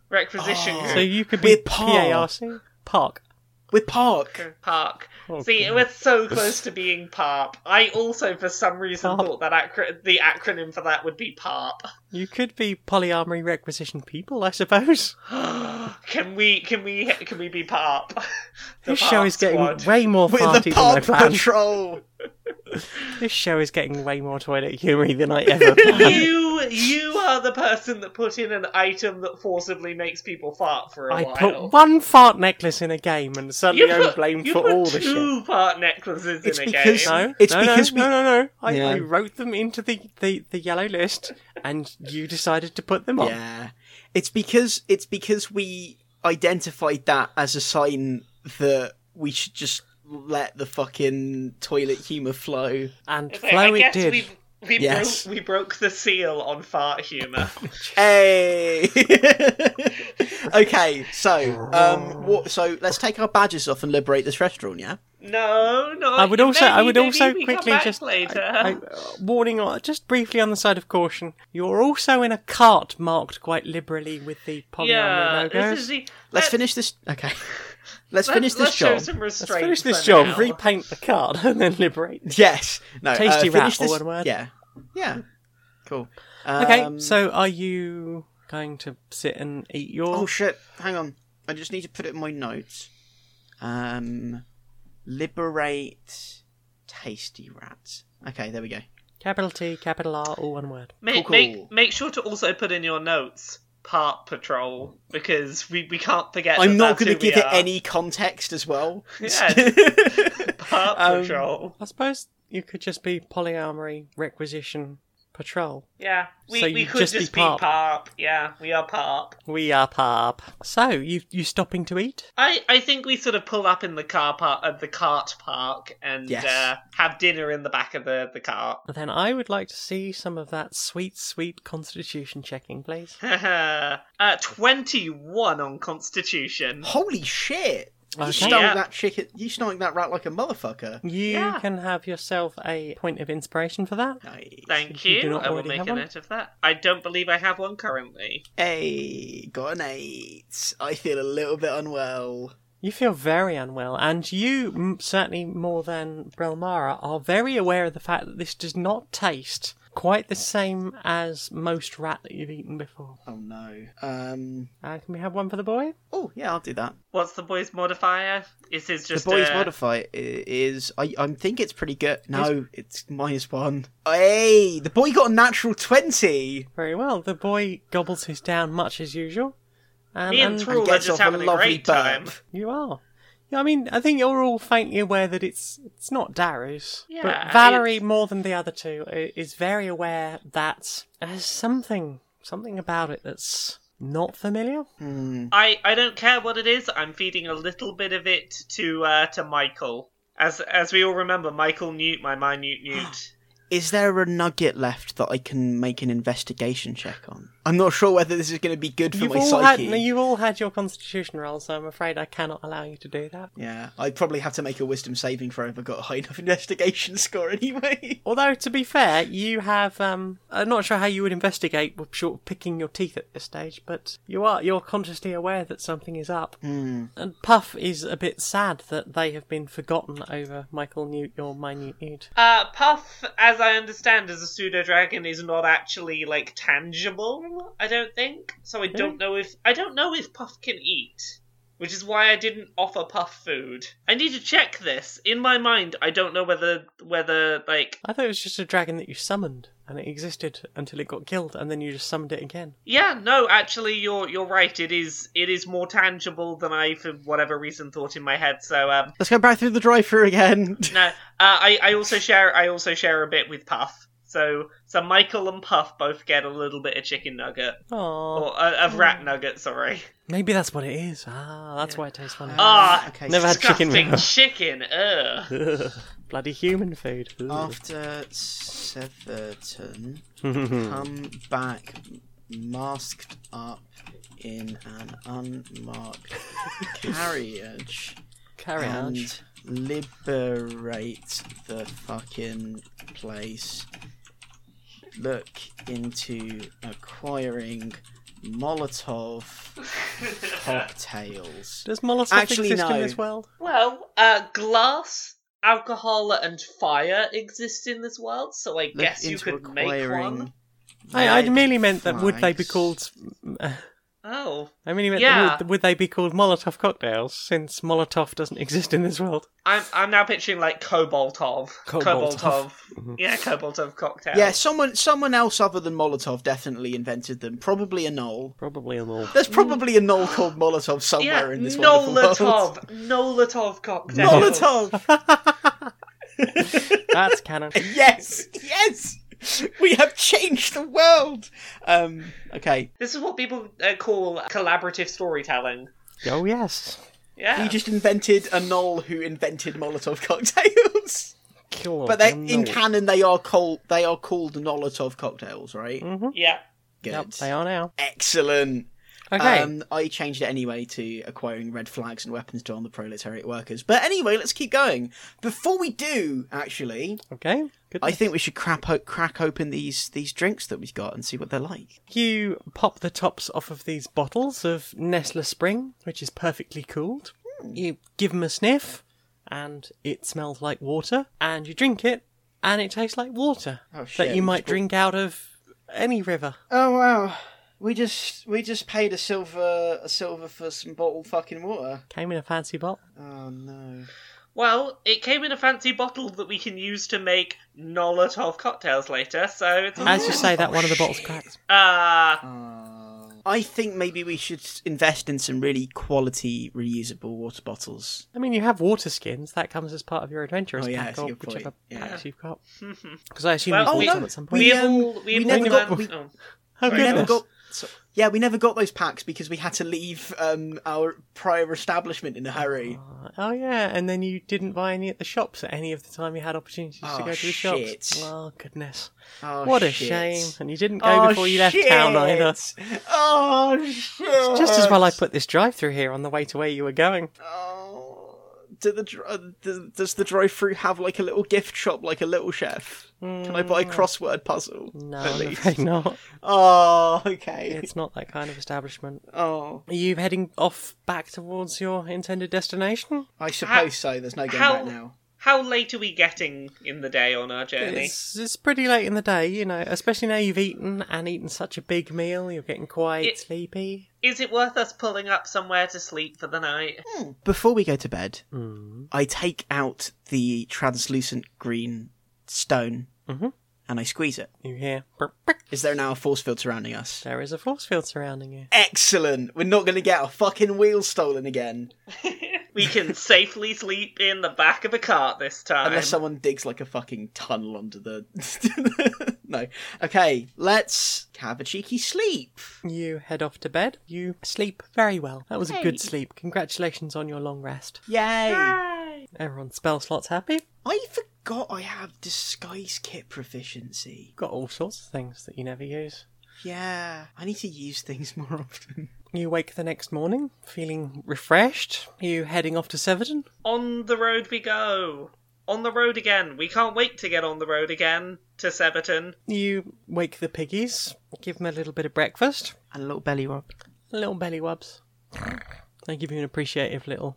Speaker 2: Requisition
Speaker 4: Oh.
Speaker 2: group.
Speaker 3: So you could
Speaker 4: We're
Speaker 3: be
Speaker 4: par.
Speaker 3: PARC park.
Speaker 4: With Park.
Speaker 2: Park.
Speaker 3: Oh,
Speaker 2: See,
Speaker 3: God.
Speaker 2: we're so close to being PARP. I also, for some reason,
Speaker 3: PARP.
Speaker 2: thought that acro- the acronym for that would be PARP.
Speaker 3: You could be polyarmory requisition people, I suppose.
Speaker 2: can we? Can we? Can we be PARP? The
Speaker 3: This show
Speaker 2: PARP
Speaker 3: is getting
Speaker 2: squad.
Speaker 3: way more
Speaker 4: With
Speaker 3: farty
Speaker 4: the
Speaker 3: than I
Speaker 4: Park
Speaker 3: planned.
Speaker 4: Patrol.
Speaker 3: This show is getting way more toilet humour than I ever planned.
Speaker 2: You, you are the person that put in an item that forcibly makes people fart for a
Speaker 3: I
Speaker 2: while.
Speaker 3: put one fart necklace in a game and
Speaker 2: you
Speaker 3: suddenly I'm
Speaker 2: put,
Speaker 3: blamed
Speaker 2: you
Speaker 3: for
Speaker 2: put
Speaker 3: all the shit.
Speaker 2: two part necklaces
Speaker 4: It's
Speaker 2: in a
Speaker 4: because-
Speaker 2: game.
Speaker 3: No,
Speaker 4: It's
Speaker 3: no,
Speaker 4: because we-
Speaker 3: no, no, no, no. I,
Speaker 4: Yeah.
Speaker 3: I wrote them into the, the, the yellow list, and you decided to put them on.
Speaker 4: Yeah, it's because it's because we identified that as a sign that we should just let the fucking toilet humor flow.
Speaker 3: And
Speaker 2: Okay, I
Speaker 3: flow it
Speaker 2: guess
Speaker 3: did.
Speaker 2: We, we,
Speaker 4: Yes.
Speaker 2: broke, we broke the seal on fart humor.
Speaker 4: Hey. okay, so
Speaker 3: Oh.
Speaker 4: um, what, so let's take our badges off and liberate this restaurant. Yeah.
Speaker 2: No, no.
Speaker 3: I would also, I
Speaker 2: maybe-
Speaker 3: would
Speaker 2: maybe
Speaker 3: also
Speaker 2: we come
Speaker 3: quickly
Speaker 2: back
Speaker 3: just
Speaker 2: later.
Speaker 3: I- I- uh, warning, on, just briefly on the side of caution. You're also in a cart marked quite liberally with the polyamory
Speaker 2: yeah,
Speaker 3: logos.
Speaker 2: this is the, let's,
Speaker 4: Let's finish this. Okay. Let's
Speaker 2: let's-
Speaker 4: finish this
Speaker 2: let's
Speaker 4: job.
Speaker 2: Show some restraint
Speaker 3: Let's finish this
Speaker 2: for
Speaker 3: job,
Speaker 2: now.
Speaker 3: repaint the card, and then liberate.
Speaker 4: Yes. No. uh,
Speaker 3: Tasty
Speaker 4: finish
Speaker 3: wrap,
Speaker 4: this-
Speaker 3: all in one.
Speaker 4: Yeah. Yeah. Cool.
Speaker 3: okay,
Speaker 4: Um,
Speaker 3: so are you going to sit and eat your?
Speaker 4: Oh shit! Hang on, I just need to put it in my notes. Um, liberate tasty rats. Okay, there we go.
Speaker 3: capital T, capital R, all one word.
Speaker 2: Make,
Speaker 4: Cool, cool.
Speaker 2: make make sure to also put in your notes part patrol because we, we can't forget.
Speaker 4: I'm
Speaker 2: that
Speaker 4: not
Speaker 2: going to
Speaker 4: give it any context as well.
Speaker 2: Yes. part patrol.
Speaker 4: Um,
Speaker 3: I suppose you could just be polyamory requisition patrol.
Speaker 2: Yeah, we,
Speaker 3: So
Speaker 2: we
Speaker 3: you'd
Speaker 2: could
Speaker 3: just
Speaker 2: just,
Speaker 3: be
Speaker 2: be
Speaker 3: Parp.
Speaker 2: parp. Yeah, we are parp.
Speaker 3: We are pub. So you you stopping to eat?
Speaker 2: I, I think we sort of pull up in the car park, uh, the cart park, and
Speaker 4: Yes.
Speaker 2: uh, have dinner in the back of the the cart.
Speaker 3: Then I would like to see some of that sweet, sweet constitution checking, please.
Speaker 2: uh, twenty one on Constitution.
Speaker 4: Holy shit! You
Speaker 3: Okay.
Speaker 4: stunk
Speaker 2: Yeah.
Speaker 4: that chicken. You stunk that rat like a motherfucker.
Speaker 3: You
Speaker 2: Yeah.
Speaker 3: can have yourself a point of inspiration for that.
Speaker 2: Thank
Speaker 3: You do
Speaker 2: you.
Speaker 3: not
Speaker 2: I will
Speaker 3: already
Speaker 2: make
Speaker 3: have
Speaker 2: a
Speaker 3: one?
Speaker 2: note of that. I don't believe I have one currently.
Speaker 4: Hey, got an eight. I feel a little bit unwell.
Speaker 3: You feel very unwell, and you, m- certainly more than Brelmara, are very aware of the fact that this does not taste quite the same as most rat that you've eaten before.
Speaker 4: Oh no. Um.
Speaker 3: Uh, can we have one for the boy?
Speaker 4: Oh yeah, I'll do that.
Speaker 2: What's the boy's modifier? Is his just uh,
Speaker 4: the boys
Speaker 2: a...
Speaker 4: modifier is. I I think it's pretty good. No, it's minus one. Hey, the boy got a natural twenty.
Speaker 3: Very well. The boy gobbles his down much as usual. And,
Speaker 2: Me and
Speaker 3: and
Speaker 2: Thrall are
Speaker 4: gets
Speaker 2: just
Speaker 4: off a
Speaker 2: having a
Speaker 4: lovely
Speaker 2: great time.
Speaker 4: burp.
Speaker 3: you are. Yeah, I mean, I think you're all faintly aware that it's it's not Darius.
Speaker 2: Yeah,
Speaker 3: but Valerie,
Speaker 2: it's-
Speaker 3: more than the other two, i- is very aware that there's something something about it that's not familiar.
Speaker 2: I I don't care what it is. I'm feeding a little bit of it to uh, to Michael. As as we all remember, Michael Newt, my minute Newt.
Speaker 4: Is there a nugget left that I can make an investigation check on? I'm not sure whether this is going to be good for
Speaker 3: You've
Speaker 4: my
Speaker 3: all had
Speaker 4: psyche.
Speaker 3: no, you all had your constitution roll, so I'm afraid I cannot allow you to do that.
Speaker 4: Yeah, I'd probably have to make a wisdom saving throw if I got a high enough investigation score anyway.
Speaker 3: Although to be fair, you have um, I'm not sure how you would investigate with short of picking your teeth at this stage, but you are you're consciously aware that something is up.
Speaker 4: Hmm.
Speaker 3: And Puff is a bit sad that they have been forgotten over Michael Newt, your minute Newt.
Speaker 2: Uh, Puff, as I understand, as a pseudo dragon, is not actually like tangible. I don't think so. I don't know if I don't know if Puff can eat, which is why I didn't offer Puff food. I need to check this. In my mind, I don't know whether whether like
Speaker 3: I thought it was just a dragon that you summoned, and it existed until it got killed, and then you just summoned it again.
Speaker 2: yeah no actually you're you're right. It is it is more tangible than I for whatever reason thought in my head. So um
Speaker 4: Let's go back through the drive-through again.
Speaker 2: no uh, I I also share I also share a bit with Puff. So so Michael and Puff both get a little bit of chicken nugget.
Speaker 3: Aww.
Speaker 4: Oh.
Speaker 2: Or uh, of rat nugget, sorry.
Speaker 3: Maybe that's what it is. Ah, that's why it tastes funny.
Speaker 2: Ah,
Speaker 4: Uh, okay.
Speaker 3: Never had chicken
Speaker 2: disgusting
Speaker 3: before.
Speaker 2: chicken. Ugh.
Speaker 3: Bloody human food. Ugh.
Speaker 4: Ah. After Severton, come back masked up in an unmarked carriage
Speaker 3: Carriage.
Speaker 4: and liberate the fucking place. Look into acquiring Molotov cocktails.
Speaker 3: Does Molotov
Speaker 4: Actually,
Speaker 3: exist
Speaker 4: no.
Speaker 3: in this world?
Speaker 2: Well, uh, glass, alcohol, and fire exist in this world, so I
Speaker 4: Look
Speaker 2: guess you
Speaker 4: into
Speaker 2: could make one.
Speaker 3: I, I
Speaker 4: red
Speaker 3: merely meant that would they be
Speaker 4: flags.
Speaker 3: called?
Speaker 2: Oh,
Speaker 3: I merely meant
Speaker 2: Yeah.
Speaker 3: that would, would they be called Molotov cocktails? Since Molotov doesn't exist in this world.
Speaker 2: I'm I'm now picturing like Koboltov,
Speaker 3: Koboltov.
Speaker 2: Koboltov,
Speaker 4: Mm-hmm.
Speaker 2: yeah, Koboltov cocktail.
Speaker 4: Yeah, someone someone else other than Molotov definitely invented them. Probably a knoll.
Speaker 3: Probably a all.
Speaker 4: There's probably a knoll called Molotov
Speaker 2: yeah,
Speaker 4: somewhere in this wonderful world.
Speaker 2: Nolotov, Nolotov cocktail.
Speaker 4: Molotov.
Speaker 3: That's canon.
Speaker 4: yes, yes. We have changed the world. Um. Okay.
Speaker 2: This is what people uh, call collaborative storytelling.
Speaker 3: Oh yes.
Speaker 2: Yeah,
Speaker 4: We just invented a knoll who invented Molotov cocktails.
Speaker 3: Cool.
Speaker 4: But they,
Speaker 3: Canon.
Speaker 4: in canon, they are called they are called Molotov cocktails, right?
Speaker 2: yeah.
Speaker 4: Good.
Speaker 3: Mm-hmm. Yep, they are now.
Speaker 4: Excellent.
Speaker 3: Okay.
Speaker 4: Um, I changed it anyway to acquiring red flags and weapons to arm the proletariat workers. But anyway, let's keep going. Before we do, actually,
Speaker 3: okay. Good.
Speaker 4: I think we should crap o- crack open these these drinks that we've got and see what they're like.
Speaker 3: you pop the tops off of these bottles of Nestle Spring, which is perfectly cooled. You give them a sniff, and it smells like water. And you drink it, and it tastes like water
Speaker 4: shit,
Speaker 3: that you
Speaker 4: we
Speaker 3: might
Speaker 4: just-
Speaker 3: drink out of any river.
Speaker 4: Oh wow. We just we just paid a silver a silver for some bottled fucking water.
Speaker 3: Came in a fancy bottle.
Speaker 4: Oh no.
Speaker 2: Well, it came in a fancy bottle that we can use to make Nolotov cocktails later, so it's
Speaker 3: Oh, As you say that, one of the bottles cracks.
Speaker 2: uh
Speaker 4: Oh. I think maybe we should invest in some really quality reusable water bottles.
Speaker 3: I mean, you have water skins. That comes as part of your adventurers
Speaker 4: Oh, yeah,
Speaker 3: pack
Speaker 4: that's a
Speaker 3: or
Speaker 4: good point.
Speaker 3: whichever
Speaker 4: Yeah. oh,
Speaker 3: packs you've got. Because I assume
Speaker 2: Well,
Speaker 3: you bought
Speaker 2: we-
Speaker 3: some at some point.
Speaker 2: we
Speaker 4: We,
Speaker 2: have
Speaker 4: um,
Speaker 2: all we
Speaker 4: we
Speaker 2: have
Speaker 4: never
Speaker 2: all
Speaker 4: got-
Speaker 2: learned-
Speaker 4: we-
Speaker 2: oh.
Speaker 3: How
Speaker 4: We
Speaker 2: Very
Speaker 4: never
Speaker 3: goodness.
Speaker 4: got. So, yeah, we never got those packs because we had to leave um, our prior establishment in a hurry.
Speaker 3: Oh yeah, and then you didn't buy any at the shops at any of the time you had opportunities to
Speaker 4: Oh,
Speaker 3: go to the
Speaker 4: shit.
Speaker 3: shops. Oh goodness,
Speaker 4: Oh,
Speaker 3: what a
Speaker 4: shit.
Speaker 3: shame! And you didn't go
Speaker 4: Oh,
Speaker 3: before you left town either.
Speaker 4: shit. Oh shit!
Speaker 3: It's just as well I put this drive-through here on the way to where you were going.
Speaker 4: Oh, do the dr- uh, d- does the drive-through have like a little gift shop, like a little chef? Can I buy
Speaker 3: Mm.
Speaker 4: a crossword puzzle?
Speaker 3: No,
Speaker 4: at
Speaker 3: I'm
Speaker 4: least.
Speaker 3: afraid not.
Speaker 4: Oh, okay.
Speaker 3: It's not that kind of establishment.
Speaker 4: Oh,
Speaker 3: Are you heading off back towards your intended destination?
Speaker 4: I suppose so. There's no going
Speaker 2: How-
Speaker 4: back now.
Speaker 2: How late are we getting in the day on our journey?
Speaker 3: It's, it's pretty late in the day, you know, especially now you've eaten and eaten such a big meal, you're getting quite
Speaker 2: It-
Speaker 3: sleepy.
Speaker 2: Is it worth us pulling up somewhere to sleep for the night?
Speaker 4: Before we go to bed,
Speaker 3: Mm.
Speaker 4: I take out the translucent green stone
Speaker 3: Mhm.
Speaker 4: and I squeeze it.
Speaker 3: You hear, "Brr, brr."
Speaker 4: Is there now a force field surrounding us?
Speaker 3: there is a force field surrounding you.
Speaker 4: Excellent. We're not going to get our fucking wheels stolen again
Speaker 2: We can safely sleep in the back of a cart this time.
Speaker 4: unless someone digs like a fucking tunnel under the. no. Okay, let's have a cheeky sleep.
Speaker 3: You head off to bed. You sleep very well. That was a
Speaker 4: Hey.
Speaker 3: good sleep. Congratulations on your long rest.
Speaker 4: Yay!
Speaker 2: Yay.
Speaker 3: Everyone's spell slot's happy.
Speaker 4: I forgot I have disguise kit proficiency.
Speaker 3: Got all sorts of things that you never use.
Speaker 4: Yeah, I need to use things more often.
Speaker 3: You wake the next morning feeling refreshed. You heading off to Severton.
Speaker 2: On the road we go. On the road again. We can't wait to get on the road again to Severton.
Speaker 3: You wake the piggies, give them a little bit of breakfast,
Speaker 4: And a little belly rub.
Speaker 3: little belly wubs. They give you an appreciative little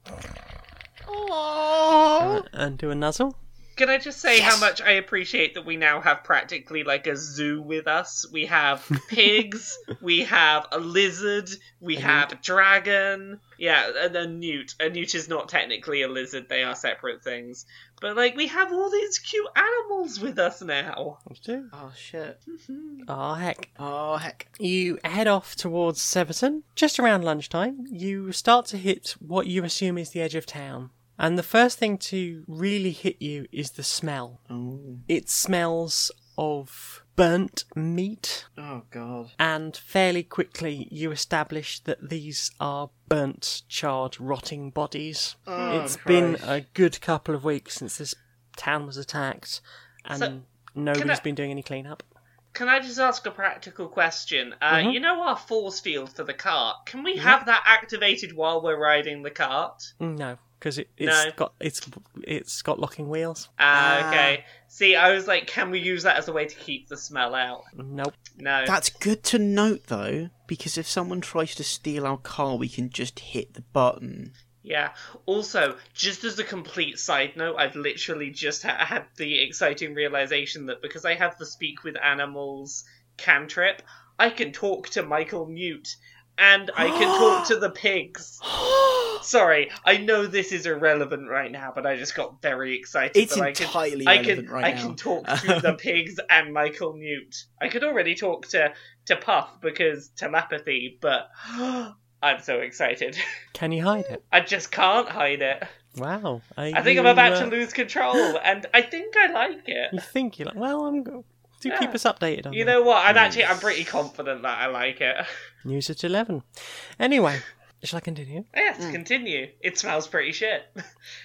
Speaker 4: Oh,
Speaker 3: and do a nuzzle.
Speaker 2: Can I just say how much I appreciate that we now have practically like a zoo with us? We have pigs, we have a lizard, we have a dragon. Yeah, and a newt. A newt is not technically a lizard, they are separate things. But like we have all these cute animals with us now.
Speaker 3: Let's do.
Speaker 4: oh shit.
Speaker 3: Ah, heck.
Speaker 4: Oh heck.
Speaker 3: You head off towards Severton. Just around lunchtime, you start to hit what you assume is the edge of town. And the first thing to really hit you is the smell.
Speaker 4: Oh.
Speaker 3: It smells of burnt meat,
Speaker 4: Oh god.
Speaker 3: and fairly quickly you establish that these are burnt, charred, rotting bodies.
Speaker 4: Oh,
Speaker 3: It's been
Speaker 4: Christ.
Speaker 3: a good couple of weeks since this town was attacked, and
Speaker 2: So,
Speaker 3: nobody's
Speaker 2: I-
Speaker 3: been doing any cleanup.
Speaker 2: Can I just ask a practical question? Uh, You know our force field for the cart. Can we have that activated while we're riding the cart?
Speaker 3: No, because it, it's
Speaker 2: No.
Speaker 3: got it's it's got locking wheels.
Speaker 2: Ah,
Speaker 4: Ah.
Speaker 2: okay. See, I was like, can we use that as a way to keep the smell out?
Speaker 3: Nope.
Speaker 2: No.
Speaker 4: That's good to note though, because if someone tries to steal our car, we can just hit the button.
Speaker 2: Yeah. Also, just as a complete side note, I've literally just ha- had the exciting realization that because I have the speak with animals cantrip, I can talk to Michael Mute and I can talk to the pigs. Sorry, I know this is irrelevant right now, but I just got very excited.
Speaker 4: It's
Speaker 2: that I can-
Speaker 4: entirely
Speaker 2: I
Speaker 4: relevant
Speaker 2: can
Speaker 4: right
Speaker 2: I
Speaker 4: now.
Speaker 2: can talk to the pigs and Michael Newt. I could already talk to to Puff because telepathy, but I'm so excited.
Speaker 3: Can you hide it?
Speaker 2: I just can't hide it.
Speaker 3: Wow. uh,
Speaker 2: I think I'm about to lose control, and I think I like
Speaker 3: You
Speaker 2: it.
Speaker 3: think you like? Well, I'm. go- Do
Speaker 2: Yeah.
Speaker 3: keep us updated on
Speaker 2: You
Speaker 3: that.
Speaker 2: know what? I'm actually I'm pretty confident that I like it.
Speaker 3: news at eleven. Anyway, shall I continue?
Speaker 2: Yes, continue. It smells pretty shit.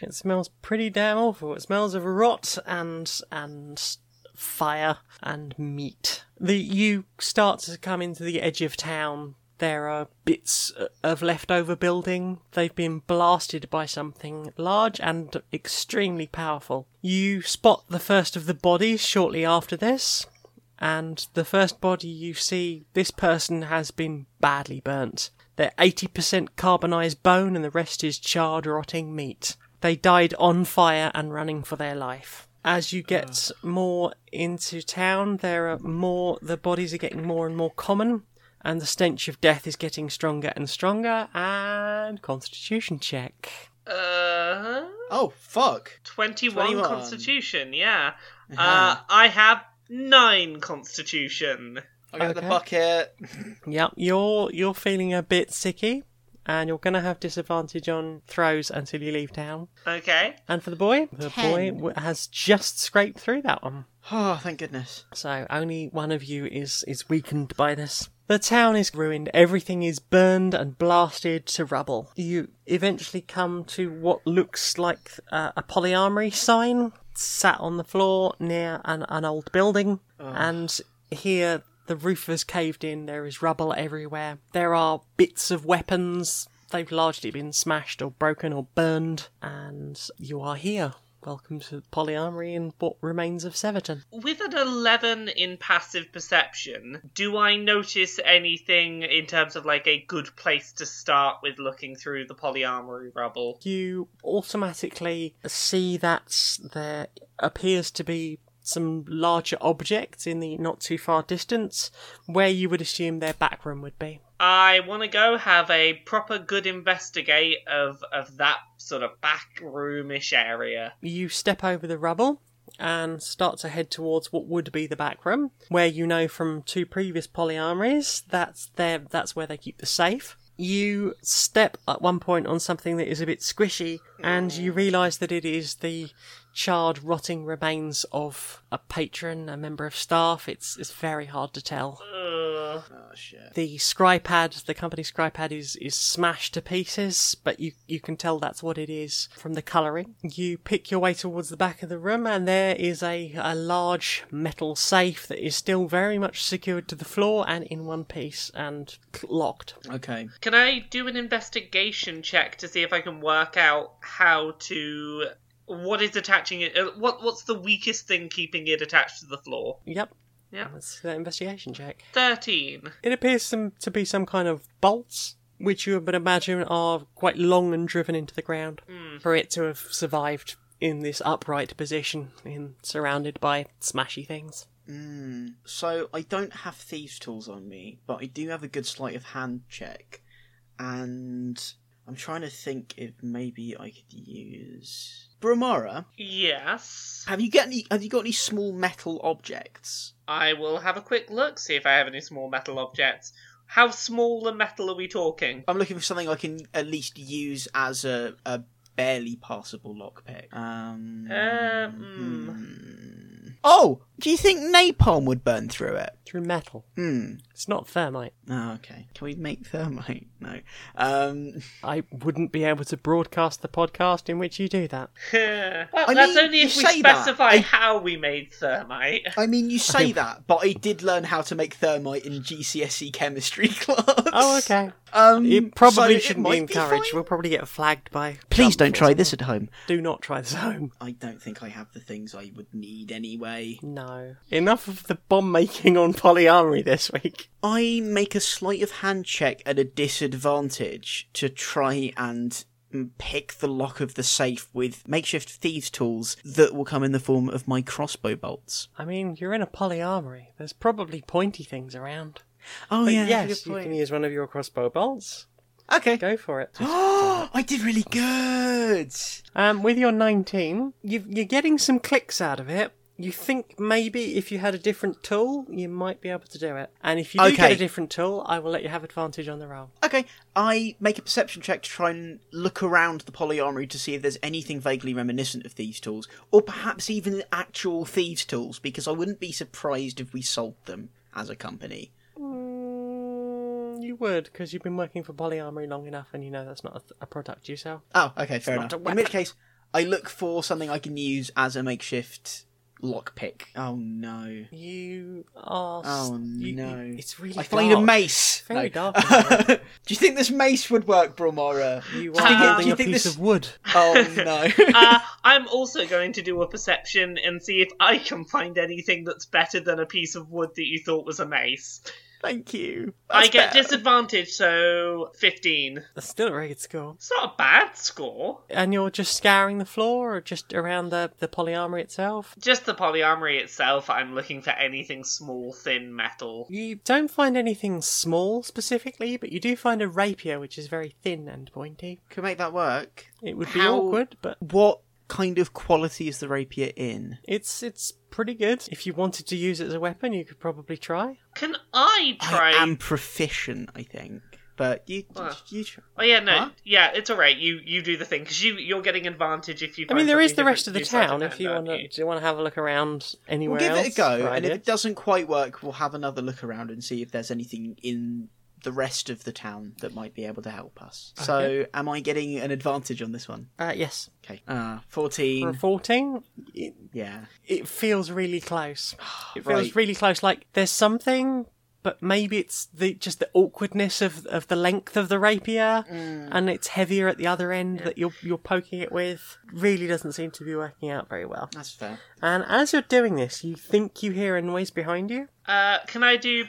Speaker 3: It smells pretty damn awful. It smells of rot and and fire and meat. The you start to come into the edge of town. There are bits of leftover building. They've been blasted by something large and extremely powerful. You spot the first of the bodies shortly after this, and the first body you see, this person has been badly burnt. They're 80% carbonized bone and the rest is charred, rotting meat. They died on fire and running for their life. As you get more into town, there are more, the bodies are getting more and more common, and the stench of death is getting stronger and stronger. And constitution check.
Speaker 2: Uh,
Speaker 4: Oh fuck.
Speaker 2: 21,
Speaker 4: 21.
Speaker 2: Constitution. Yeah. Uh, I have nine Constitution.
Speaker 4: I got the
Speaker 3: Okay.
Speaker 4: bucket.
Speaker 3: Yep, you're you're feeling a bit sicky, and you're gonna have disadvantage on throws until you leave town.
Speaker 2: Okay.
Speaker 3: And for the boy, the boy
Speaker 4: Ten.
Speaker 3: w- has just scraped through that one.
Speaker 4: Oh, thank goodness.
Speaker 3: So only one of you is is weakened by this. The town is ruined. Everything is burned and blasted to rubble. You eventually come to what looks like uh, a polyarmory sign sat on the floor near an, an old building, and here the roof has caved in. There is rubble everywhere. There are bits of weapons. They've largely been smashed or broken or burned, and you are here. Welcome to Polyarmory and what remains of Severton.
Speaker 2: With an 11 in passive perception, do I notice anything in terms of like a good place to start with looking through the polyarmory rubble?
Speaker 3: you automatically see that there appears to be some larger objects in the not too far distance where you would assume their back room would be.
Speaker 2: I want to go have a proper good investigate of, of that sort of back roomish area.
Speaker 3: You step over the rubble and start to head towards what would be the back room, where you know from two previous polyarmories that's there that's where they keep the safe. You step at one point on something that is a bit squishy and you realise that it is the charred rotting remains of a patron, a member of staff. It's it's very hard to tell
Speaker 2: Ugh.
Speaker 4: Oh shit.
Speaker 3: the scrypad, the company scrypad is is smashed to pieces, but you you can tell that's what it is from the colouring. You pick your way towards the back of the room, and there is a a large metal safe that is still very much secured to the floor and in one piece and locked.
Speaker 4: Okay.
Speaker 2: Can I do an investigation check to see if I can work out how to what is attaching it? uh, What what's the weakest thing keeping it attached to the floor?
Speaker 3: Yep.
Speaker 2: Yeah.
Speaker 3: That's the investigation check.
Speaker 2: Thirteen.
Speaker 3: It appears some, to be some kind of bolts, which you would imagine are quite long and driven into the ground for it to have survived in this upright position, in surrounded by smashy things.
Speaker 4: So I don't have thieves' tools on me, but I do have a good sleight of hand check, and I'm trying to think if maybe I could use Bromara.
Speaker 2: Yes.
Speaker 4: Have you got any? Have you got any small metal objects?
Speaker 2: I will have a quick look, see if I have any small metal objects. How small a metal are we talking?
Speaker 4: I'm looking for something I can at least use as a, a barely passable lockpick. Um.
Speaker 2: Um,
Speaker 4: hmm. Oh, do you think napalm would burn through it?
Speaker 3: through metal.
Speaker 4: Hmm.
Speaker 3: It's not thermite.
Speaker 4: Oh, okay. Can we make thermite? No. Um.
Speaker 3: I wouldn't be able to broadcast the podcast in which you do that.
Speaker 2: well,
Speaker 4: I
Speaker 2: that's
Speaker 4: mean,
Speaker 2: only
Speaker 4: you
Speaker 2: if we
Speaker 4: say that.
Speaker 2: specify
Speaker 4: I-
Speaker 2: how we made thermite.
Speaker 4: I mean, you say that, but I did learn how to make thermite in GCSE E chemistry class.
Speaker 3: Oh, okay.
Speaker 4: Um,
Speaker 3: It probably
Speaker 4: so it
Speaker 3: shouldn't be
Speaker 4: might
Speaker 3: encouraged.
Speaker 4: fine.
Speaker 3: we'll probably get flagged by.
Speaker 4: Please don't
Speaker 3: Trump or
Speaker 4: try
Speaker 3: something.
Speaker 4: this at home.
Speaker 3: Do not try this at home.
Speaker 4: I don't think I have the things I would need anyway.
Speaker 3: No. Enough of the bomb making on polyamory this week.
Speaker 4: I make a sleight of hand check at a disadvantage to try and mm, pick the lock of the safe with makeshift thieves' tools that will come in the form of my crossbow bolts.
Speaker 3: I mean, you're in a polyamory. There's probably pointy things around.
Speaker 4: Oh
Speaker 3: But
Speaker 4: yeah,
Speaker 3: yes, you can use one of your crossbow bolts.
Speaker 4: Okay. Oh.
Speaker 3: Go for it.
Speaker 4: I did really good.
Speaker 3: Um, with your 19, you you're getting some clicks out of it. You think maybe if you had a different tool, you might be able to do it. And if you do get
Speaker 4: Okay.
Speaker 3: a different tool, I will let you have advantage on the roll.
Speaker 4: Okay, I make a perception check to try and look around the polyarmory to see if there's anything vaguely reminiscent of thieves' tools, or perhaps even actual thieves' tools, because I wouldn't be surprised if we sold them as a company.
Speaker 3: Mm, you would, because you've been working for Polyarmory long enough and you know that's not a, th- a product you sell.
Speaker 4: Oh, okay, fair
Speaker 3: not a
Speaker 4: enough. In which case, I look for something I can use as a makeshift lockpick. Oh no!
Speaker 3: You are. s-
Speaker 4: Oh
Speaker 3: you- you-
Speaker 4: no!
Speaker 3: It's really
Speaker 4: I find a
Speaker 3: dark.
Speaker 4: mace.
Speaker 3: Very
Speaker 4: No.
Speaker 3: dark.
Speaker 4: Do you think this mace would work, Bromora?
Speaker 3: You
Speaker 4: Do
Speaker 3: are
Speaker 4: think it- do
Speaker 3: holding
Speaker 4: you
Speaker 3: a
Speaker 4: think
Speaker 3: piece
Speaker 4: this-
Speaker 3: of wood.
Speaker 4: Oh no!
Speaker 2: uh, I'm also going to do a perception and see if I can find anything that's better than a piece of wood that you thought was a mace.
Speaker 4: Thank you.
Speaker 2: I
Speaker 4: That's
Speaker 2: get
Speaker 4: better.
Speaker 2: disadvantage, so 15.
Speaker 3: That's still a very good score.
Speaker 2: It's not a bad score.
Speaker 3: And you're just scouring the floor or just around the, the Polyarmory itself?
Speaker 2: Just the polyarmory itself, I'm looking for anything small, thin metal.
Speaker 3: You don't find anything small specifically, but you do find a rapier which is very thin and pointy.
Speaker 4: Could make that work.
Speaker 3: It would be
Speaker 4: How-
Speaker 3: awkward, but
Speaker 4: What kind of quality is the rapier in?
Speaker 3: It's it's pretty good. If you wanted to use it as a weapon, you could probably try.
Speaker 2: Can I try?
Speaker 4: I am proficient, I think. But you,
Speaker 2: Wow.
Speaker 4: you, try.
Speaker 2: Oh yeah, no,
Speaker 4: Huh?
Speaker 2: yeah, it's all right. You you do the thing because you you're getting advantage if you.
Speaker 3: I
Speaker 2: find
Speaker 3: mean, there is the
Speaker 2: something
Speaker 3: rest of the
Speaker 2: different to
Speaker 3: town.
Speaker 2: do
Speaker 3: If you want
Speaker 2: secondhand,
Speaker 3: to,
Speaker 2: aren't
Speaker 3: do you want to have a look around anywhere
Speaker 4: We'll give
Speaker 3: else?
Speaker 4: it a go,
Speaker 3: for
Speaker 4: and if
Speaker 3: ideas?
Speaker 4: it doesn't quite work, we'll have another look around and see if there's anything in the rest of the town that might be able to help us. So, am I getting an advantage on this one?
Speaker 3: uh, yes,
Speaker 4: Okay,
Speaker 3: for
Speaker 4: uh,
Speaker 3: a
Speaker 4: fourteen.
Speaker 3: fourteen, it,
Speaker 4: Yeah,
Speaker 3: it feels really close. It feels
Speaker 4: Right.
Speaker 3: really close. Like there's something, but maybe it's the just the awkwardness of of the length of the rapier,
Speaker 4: Mm.
Speaker 3: and it's heavier at the other end that you're you're poking it with. Really doesn't seem to be working out very well.
Speaker 4: that's fair.
Speaker 3: And as you're doing this, you think you hear a noise behind you.
Speaker 2: you? Uh, can I do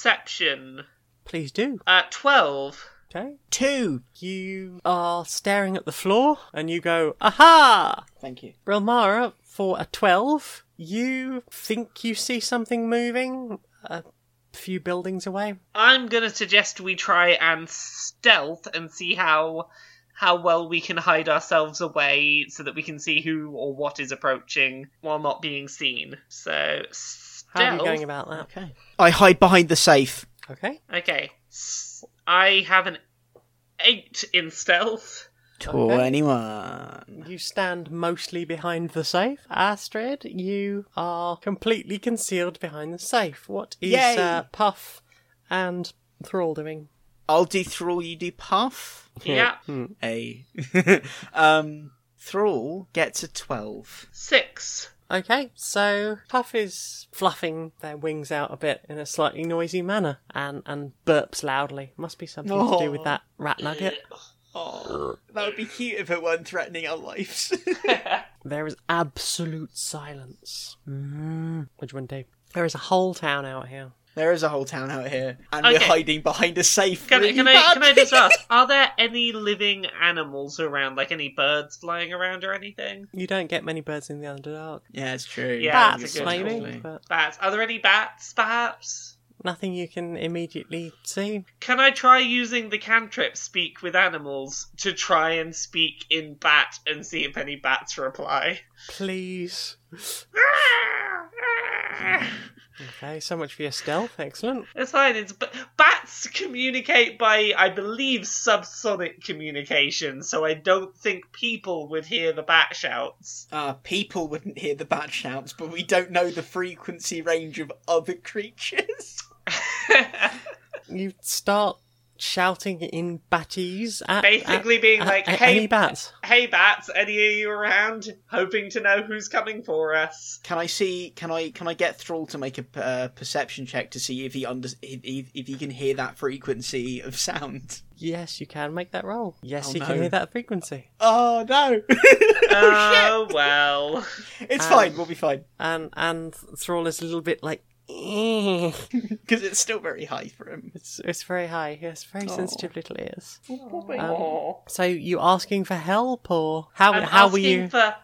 Speaker 2: perception?
Speaker 3: Please do.
Speaker 2: Uh, twelve.
Speaker 3: Okay.
Speaker 4: Two.
Speaker 3: You are staring at the floor and you go, Aha!
Speaker 4: Thank you.
Speaker 3: Rilmara, for a 12, you think you see something moving a few buildings away.
Speaker 2: I'm gonna suggest we try and stealth and see how how well we can hide ourselves away so that we can see who or what is approaching while not being seen. So stealth.
Speaker 3: How are you going about that?
Speaker 4: Okay. I hide behind the safe.
Speaker 3: Okay.
Speaker 2: Okay, S- I have an eight in stealth.
Speaker 4: Twenty-one.
Speaker 3: You stand mostly behind the safe. Astrid, you are completely concealed behind the safe. What is
Speaker 4: Yay.
Speaker 3: uh, Puff and Thrall doing?
Speaker 4: I'll do thrall. You do puff.
Speaker 3: Hmm.
Speaker 2: Yeah,
Speaker 4: A. um, thrall gets a twelve.
Speaker 2: six.
Speaker 3: Okay, so Puff is fluffing their wings out a bit in a slightly noisy manner and, and burps loudly. Must be something to do with that rat nugget.
Speaker 4: Oh, that would be cute if it weren't threatening our lives.
Speaker 3: There is absolute silence. Mm. Which one, Dave? There is a whole town out here.
Speaker 4: There is a whole town out here, and we're
Speaker 2: Okay.
Speaker 4: hiding behind a safe.
Speaker 2: Can, I
Speaker 4: really
Speaker 2: can I can I
Speaker 4: badly.
Speaker 2: just ask? Are there any living animals around, like any birds flying around or anything?
Speaker 3: You don't get many birds in the underdark.
Speaker 4: Yeah, it's true.
Speaker 2: Yeah, that's
Speaker 3: Bats,
Speaker 2: a good
Speaker 3: maybe,
Speaker 2: point.
Speaker 3: but
Speaker 2: Bats? Are there any bats, perhaps?
Speaker 3: nothing you can immediately see.
Speaker 2: Can I try using the cantrip speak with animals to try and speak in bat and see if any bats reply?
Speaker 3: Please. Okay, so much for your stealth. Excellent.
Speaker 2: It's fine. It's but bats communicate by, I believe, subsonic communication. So I don't think people would hear the bat shouts.
Speaker 4: Uh, people wouldn't hear the bat shouts, but we don't know the frequency range of other creatures.
Speaker 3: You start shouting in batties at
Speaker 2: Basically, being
Speaker 3: at-
Speaker 2: like,
Speaker 3: at
Speaker 2: "Hey,
Speaker 3: any bats.
Speaker 2: hey bats, any of you around? Hoping to know who's coming for us.
Speaker 4: Can I see? Can I? Can I get Thrall to make a p- uh, perception check to see if he under if, if, if he can hear that frequency of sound?
Speaker 3: Yes, you can make that roll. Yes,
Speaker 4: Oh,
Speaker 3: you
Speaker 4: no.
Speaker 3: can hear that frequency.
Speaker 4: Oh no!
Speaker 2: Oh well.
Speaker 4: it's
Speaker 3: Um,
Speaker 4: fine. We'll be fine
Speaker 3: And and Thrall is a little bit like, "Eh."
Speaker 4: because it's still very high for him.
Speaker 3: it's it's very high. He has very
Speaker 4: Oh.
Speaker 3: sensitive little ears.
Speaker 2: Aw.
Speaker 3: So you asking for help or how
Speaker 2: I'm
Speaker 3: how were
Speaker 2: asking
Speaker 3: you?
Speaker 2: for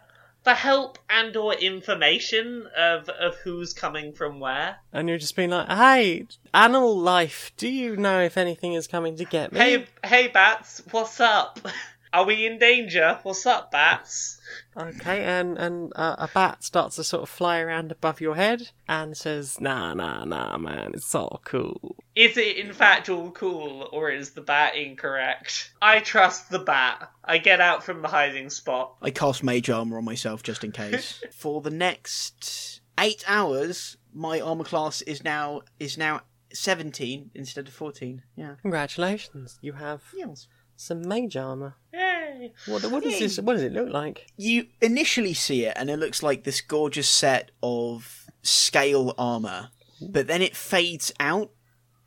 Speaker 2: for help and or information of of who's coming from where.
Speaker 3: And you're just being like, hey, animal life. Do you know if anything is coming to get me?
Speaker 2: Hey hey bats, what's up? Are we in danger? What's up, bats?
Speaker 3: Okay, and and uh, a bat starts to sort of fly around above your head and says, nah, nah, nah, man, it's all cool.
Speaker 2: Is it in fact all cool, or is the bat incorrect? I trust the bat. I get out from the hiding spot.
Speaker 4: I cast mage armor on myself just in case. For the next eight hours, my armor class is now is now seventeen instead of fourteen. Yeah.
Speaker 3: Congratulations, you have
Speaker 4: Yes.
Speaker 3: some mage armor.
Speaker 2: Yay!
Speaker 3: What what does this? What does it look like?
Speaker 4: You initially see it, and it looks like this gorgeous set of scale armor, but then it fades out,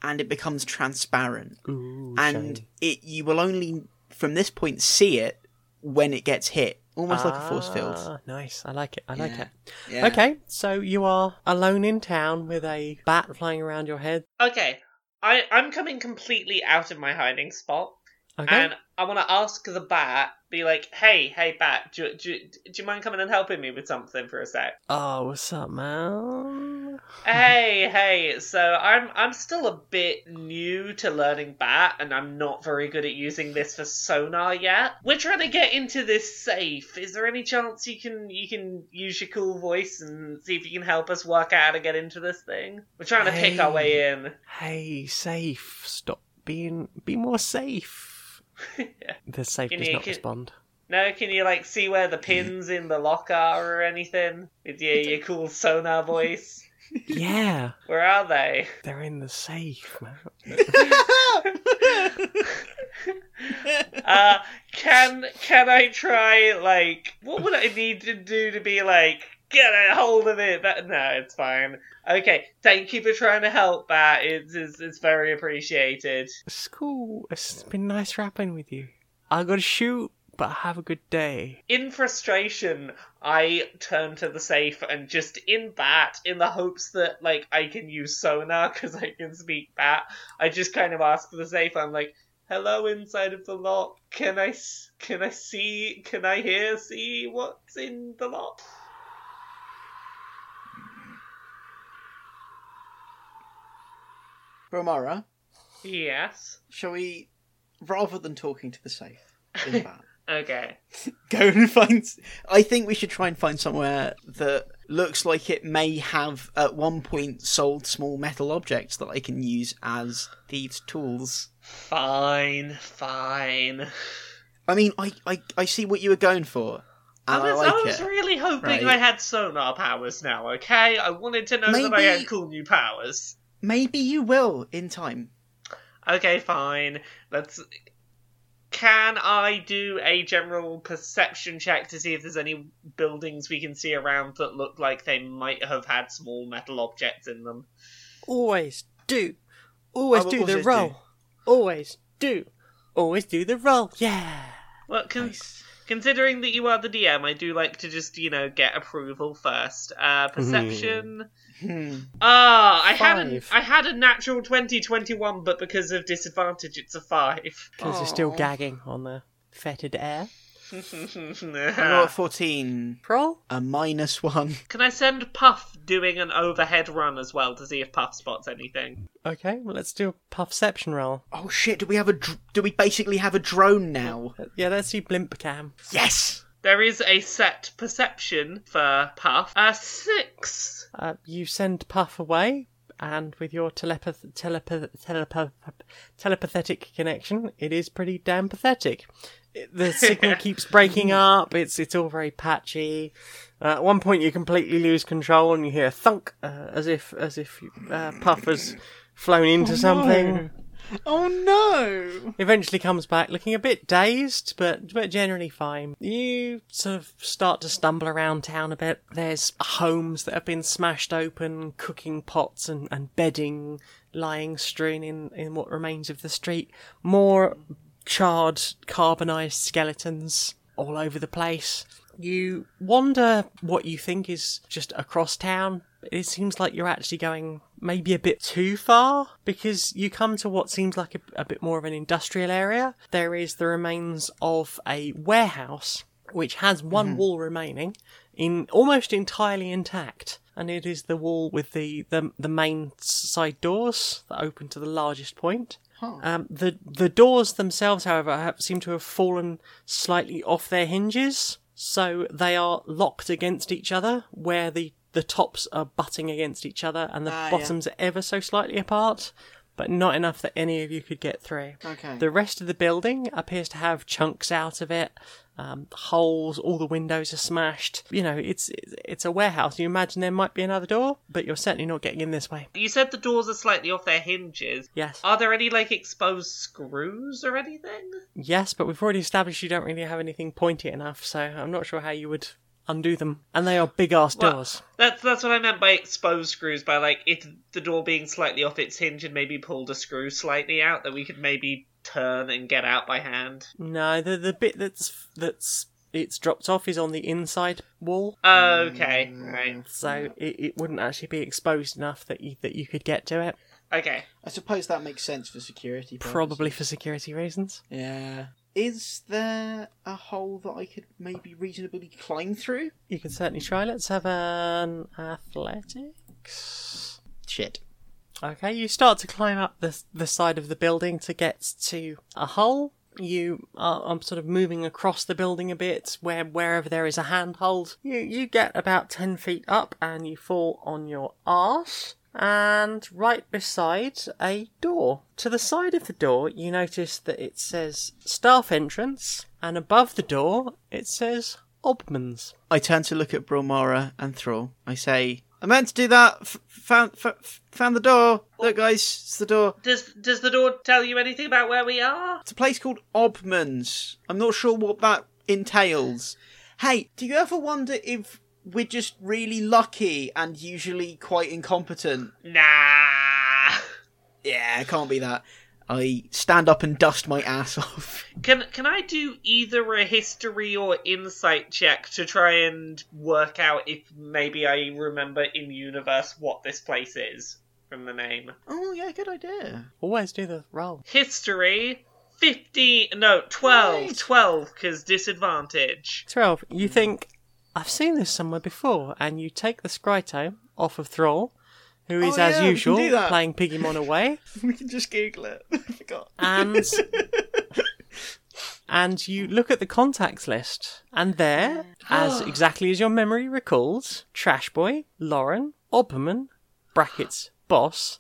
Speaker 4: and it becomes transparent.
Speaker 3: Ooh,
Speaker 4: And it you will only from this point see it when it gets hit, almost like a force field.
Speaker 3: Ah, Nice, I like it. I like
Speaker 4: Yeah.
Speaker 3: it.
Speaker 4: Yeah.
Speaker 3: Okay, so you are alone in town with a bat flying around your head.
Speaker 2: Okay, I I'm coming completely out of my hiding spot,
Speaker 3: Okay,
Speaker 2: and I want to ask the bat, be like, "Hey, hey, bat, do, do do you mind coming and helping me with something for a sec?"
Speaker 3: Oh, what's up, man? here.
Speaker 2: Hey, hey. So I'm I'm still a bit new to learning bat, and I'm not very good at using this for sonar yet. We're trying to get into this safe. Is there any chance you can you can use your cool voice and see if you can help us work out how to get into this thing? We're trying to pick our way in.
Speaker 3: Hey, safe. Stop being. Be more safe. The safe
Speaker 2: You
Speaker 3: does
Speaker 2: need
Speaker 3: not
Speaker 2: to-
Speaker 3: respond.
Speaker 2: No, can you like see where the pins in the lock are or anything with your your cool sonar voice?
Speaker 3: yeah,
Speaker 2: Where are they?
Speaker 3: they're in the safe, man.
Speaker 2: Uh, can can I try like what would I need to do to be like get a hold of it? That no, it's fine. Okay, thank you for trying to help. That it's it's, it's very appreciated.
Speaker 3: It's cool. It's been nice rapping with you. I gotta shoot, but have a good day.
Speaker 2: In frustration, I turn to the safe and just in bat, in the hopes that like I can use sonar because I can speak bat. I just kind of ask for the safe. I'm like, "Hello, inside of the lock. Can I s- can I see? Can I hear? See what's in the lock?"
Speaker 4: Bromara,
Speaker 2: Yes.
Speaker 4: shall we, rather than talking to the safe in that,
Speaker 2: Okay.
Speaker 4: go and find. I think we should try and find somewhere that looks like it may have at one point sold small metal objects that I can use as thieves' tools.
Speaker 2: Fine. Fine.
Speaker 4: I mean, I, I, I see what you were going for,
Speaker 2: I
Speaker 4: and I,
Speaker 2: was, I
Speaker 4: like
Speaker 2: was
Speaker 4: it.
Speaker 2: really hoping
Speaker 4: Right.
Speaker 2: I had sonar powers now, okay? I wanted to know that I
Speaker 4: Maybe-
Speaker 2: had cool new powers.
Speaker 4: Maybe you will in time.
Speaker 2: Okay, fine. Let's. Can I do a general perception check to see if there's any buildings we can see around that look like they might have had small metal objects in them?
Speaker 3: Always do. Always
Speaker 4: I will
Speaker 3: do the
Speaker 4: always
Speaker 3: roll.
Speaker 4: do.
Speaker 3: Always do. Always do the roll. Yeah.
Speaker 2: Well, con- considering that you are the DM, I do like to just, you know, get approval first. Uh, perception.
Speaker 4: Hmm.
Speaker 2: Ah, I had a,
Speaker 3: Five.
Speaker 2: I had a natural 20, 21, but because of disadvantage, it's a five.
Speaker 3: Because they're still gagging on the fetid air.
Speaker 2: Ah.
Speaker 4: I roll a fourteen,
Speaker 3: Roll.
Speaker 4: a minus one.
Speaker 2: Can I send Puff doing an overhead run as well to see if Puff spots anything?
Speaker 3: Okay, well, let's do a puffception roll.
Speaker 4: Oh shit! Do we have a? Dr- do we basically have a drone now?
Speaker 3: Yeah, let's do blimp cam.
Speaker 4: Yes.
Speaker 2: There is a set perception for Puff. A six.
Speaker 3: Uh, you send Puff away, and with your telepath- telepath- telepath- telepathetic connection, it is pretty damn pathetic. It- The signal keeps breaking up. It's it's all very patchy. Uh, at one point, you completely lose control, and you hear a thunk, uh, as if as if uh, Puff has flown into something.
Speaker 4: Oh no!
Speaker 3: Eventually, comes back looking a bit dazed, but but generally fine. You sort of start to stumble around town a bit. There's homes that have been smashed open, cooking pots and, and bedding lying strewn in, in what remains of the street. More charred, carbonised skeletons all over the place. You wander what you think is just across town. It seems like you're actually going maybe a bit too far because you come to what seems like a, a bit more of an industrial area. There is the remains of a warehouse which has one wall remaining in almost entirely intact and it is the wall with the, the, the main side doors that open to the largest point. Um, the the doors themselves, however, have, seem to have fallen slightly off their hinges, so they are locked against each other, where the the tops are butting against each other and the
Speaker 4: Ah, yeah.
Speaker 3: bottoms are ever so slightly apart, but not enough that any of you could get through.
Speaker 4: Okay.
Speaker 3: The rest of the building appears to have chunks out of it, um, holes. All the windows are smashed. You know, it's it's a warehouse. You imagine there might be another door, but you're certainly not getting in this way.
Speaker 2: You said the doors are slightly off their hinges.
Speaker 3: Yes.
Speaker 2: Are there any like exposed screws or anything?
Speaker 3: Yes, but we've already established you don't really have anything pointy enough, so I'm not sure how you would undo them. And they are big ass
Speaker 2: Well-
Speaker 3: doors.
Speaker 2: That's that's what I meant by exposed screws. By like, if the door being slightly off its hinge and maybe pulled a screw slightly out, that we could maybe turn and get out by hand.
Speaker 3: No, the the bit that's that's it's dropped off is on the inside wall,
Speaker 2: Oh, Okay, right.
Speaker 3: so it, it wouldn't actually be exposed enough that you that you could get to it.
Speaker 2: Okay.
Speaker 4: I suppose that makes sense for security. purposes.
Speaker 3: Probably for security reasons.
Speaker 4: Yeah. Is there a hole that I could maybe reasonably climb through?
Speaker 3: You can certainly try. Let's have an athletic. six.
Speaker 4: Shit.
Speaker 3: Okay, you start to climb up the the side of the building to get to a hole. You are I'm sort of moving across the building a bit, where wherever there is a handhold. You you get about ten feet up and you fall on your arse. And right beside a door. To the side of the door, you notice that it says staff entrance, and above the door, it says Obman's.
Speaker 4: I turn to look at Bromara and Thrall. I say, I meant to do that. F- found, f- found the door. Look, guys, it's the door.
Speaker 2: Does does the door tell you anything about where we are?
Speaker 4: It's a place called Obman's. I'm not sure what that entails. Hey, do you ever wonder if we're just really lucky and usually quite incompetent?
Speaker 2: Nah.
Speaker 4: Yeah, it can't be that. I stand up and dust my ass off.
Speaker 2: Can can I do either a history or insight check to try and work out if maybe I remember in universe what this place is from the name?
Speaker 4: Oh, yeah, good idea.
Speaker 3: Always do the roll.
Speaker 2: History 50 no 12
Speaker 4: Nice.
Speaker 2: 12 cuz disadvantage.
Speaker 3: 12. You think, I've seen this somewhere before, and you take the Scryto off of Thrall, who is,
Speaker 4: Oh,
Speaker 3: as
Speaker 4: yeah, we can
Speaker 3: usual,
Speaker 4: do that.
Speaker 3: playing Pigimon away,
Speaker 4: We can just Google it. I forgot.
Speaker 3: and. And you look at the contacts list, and there, as exactly as your memory recalls, Trash Boy, Lauren, Obman, brackets, boss,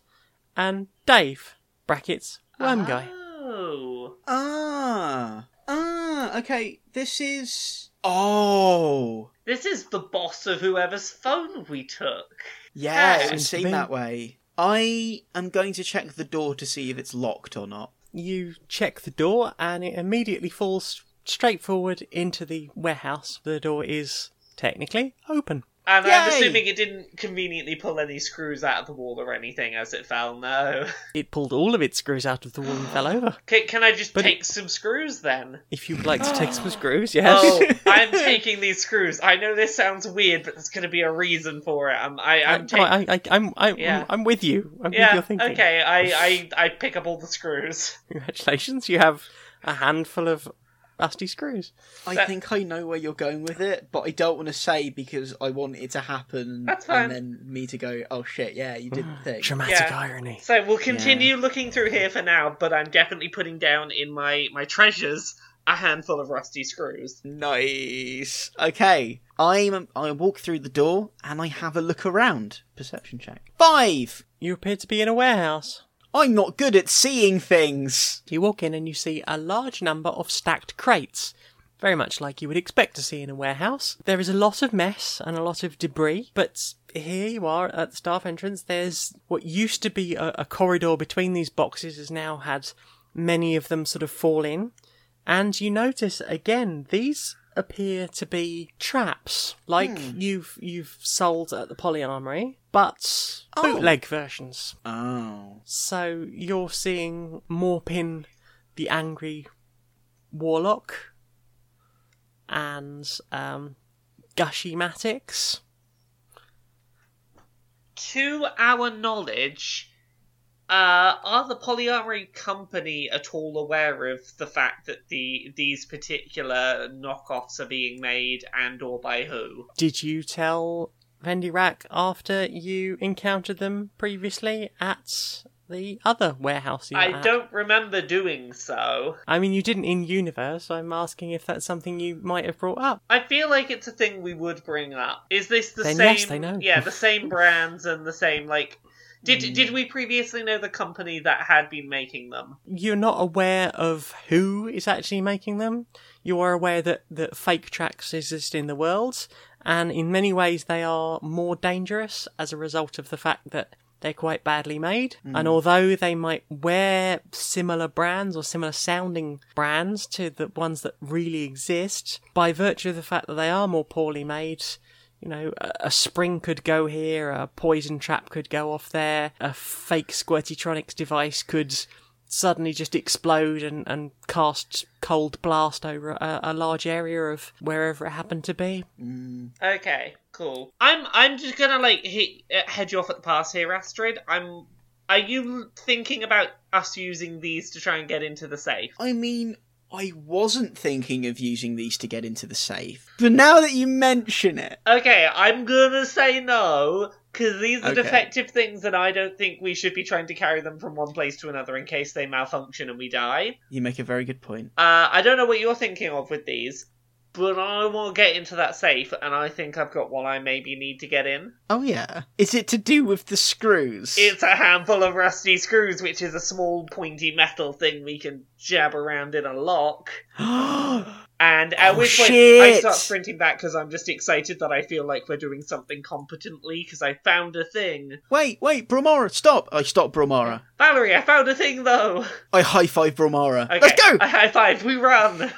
Speaker 3: and Dave, brackets, worm guy.
Speaker 2: Oh.
Speaker 4: Ah. Ah, okay. This is. Oh.
Speaker 2: This is the boss of whoever's phone we took.
Speaker 4: Yeah, it would
Speaker 3: Seems to
Speaker 4: seem
Speaker 3: be.
Speaker 4: that way. I am going to check the door to see if it's locked or not.
Speaker 3: You check the door, and it immediately falls straight forward into the warehouse. The door is technically open.
Speaker 2: And I'm
Speaker 4: Yay!
Speaker 2: assuming it didn't conveniently pull any screws out of the wall or anything as it fell. No.
Speaker 3: It pulled all of its screws out of the wall and fell over.
Speaker 2: Can, can I just
Speaker 3: But-
Speaker 2: take some screws then?
Speaker 3: If you'd like to take some screws, yes.
Speaker 2: Oh, I'm taking these screws. I know this sounds weird, but there's going to be a reason for it. I'm, I, I'm
Speaker 3: I-
Speaker 2: taking.
Speaker 3: I, I, I'm, I,
Speaker 2: Yeah.
Speaker 3: I'm with you. I'm with
Speaker 2: yeah,
Speaker 3: your thinking.
Speaker 2: okay. I, I, I pick up all the screws.
Speaker 3: Congratulations, you have a handful of rusty screws.
Speaker 4: I
Speaker 2: That-
Speaker 4: think I know where you're going with it, but I don't want to say because I want it to happen
Speaker 2: That's fine.
Speaker 4: and then me to go, oh shit, yeah, you did the thing.
Speaker 3: Dramatic
Speaker 2: Yeah.
Speaker 3: irony.
Speaker 2: So we'll continue looking through here for now, but I'm definitely putting down in my my treasures a handful of rusty screws.
Speaker 4: Nice. Okay. I'm I walk through the door and I have a look around. Perception check. Five!
Speaker 3: You appear to be in a warehouse.
Speaker 4: I'm not good at seeing things.
Speaker 3: You walk in and you see a large number of stacked crates, very much like you would expect to see in a warehouse. There is a lot of mess and a lot of debris, but here you are at the staff entrance. There's what used to be a, a corridor between these boxes, has now had many of them sort of fall in. And you notice again, these appear to be traps, like you've you've sold at the polyarmory, but bootleg versions.
Speaker 4: Oh.
Speaker 3: So you're seeing Morpin, the angry warlock, and um, Gushy Matix.
Speaker 2: To our knowledge, uh, are the Polyarmory Company at all aware of the fact that the these particular knockoffs are being made, and or by who?
Speaker 3: Did you tell Vendirak after you encountered them previously at the other warehouse? You were
Speaker 2: I
Speaker 3: at?
Speaker 2: don't remember doing so.
Speaker 3: I mean, you didn't in universe. I'm asking if that's something you might have brought up.
Speaker 2: I feel like it's a thing we would bring up. Is this the
Speaker 3: Then
Speaker 2: same?
Speaker 3: yes, they know. Mm.
Speaker 2: Yeah, the same brands and the same like. Did did we previously know the company that had been making them?
Speaker 3: You're not aware of who is actually making them. You are aware that, that fake tracks exist in the world, and in many ways they are more dangerous as a result of the fact that they're quite badly made. And although they might wear similar brands or similar sounding brands to the ones that really exist, by virtue of the fact that they are more poorly made, you know, a, a spring could go here, a poison trap could go off there, a fake Squirtitronics device could suddenly just explode and, and cast cold blast over a, a large area of wherever it happened to be.
Speaker 2: Okay, cool. I'm I'm just gonna like he, uh, head you off at the pass here, Astrid. I'm. Are you thinking about us using these to try and get into the safe?
Speaker 4: I mean, I wasn't thinking of using these to get into the safe. But now that you mention it,
Speaker 2: Okay, I'm gonna say no, Because these are
Speaker 4: Okay.
Speaker 2: defective things, and I don't think we should be trying to carry them from one place to another in case they malfunction and we die.
Speaker 4: You make a very good point.
Speaker 2: Uh, I don't know what you're thinking of with these, but I will get into that safe, and I think I've got one I maybe need to get in.
Speaker 4: Oh yeah. Is it to do with the screws?
Speaker 2: It's a handful of rusty screws, which is a small, pointy metal thing we can jab around in a lock. And at
Speaker 4: Oh,
Speaker 2: which point I
Speaker 4: shit.
Speaker 2: start sprinting back because I'm just excited that I feel like we're doing something competently because I found a thing.
Speaker 4: wait, wait, Bromara, stop! I stop Bromara.
Speaker 2: Valerie, I found a thing though.
Speaker 4: I high five Bromara.
Speaker 2: Okay,
Speaker 4: Let's go!
Speaker 2: I high five. We run.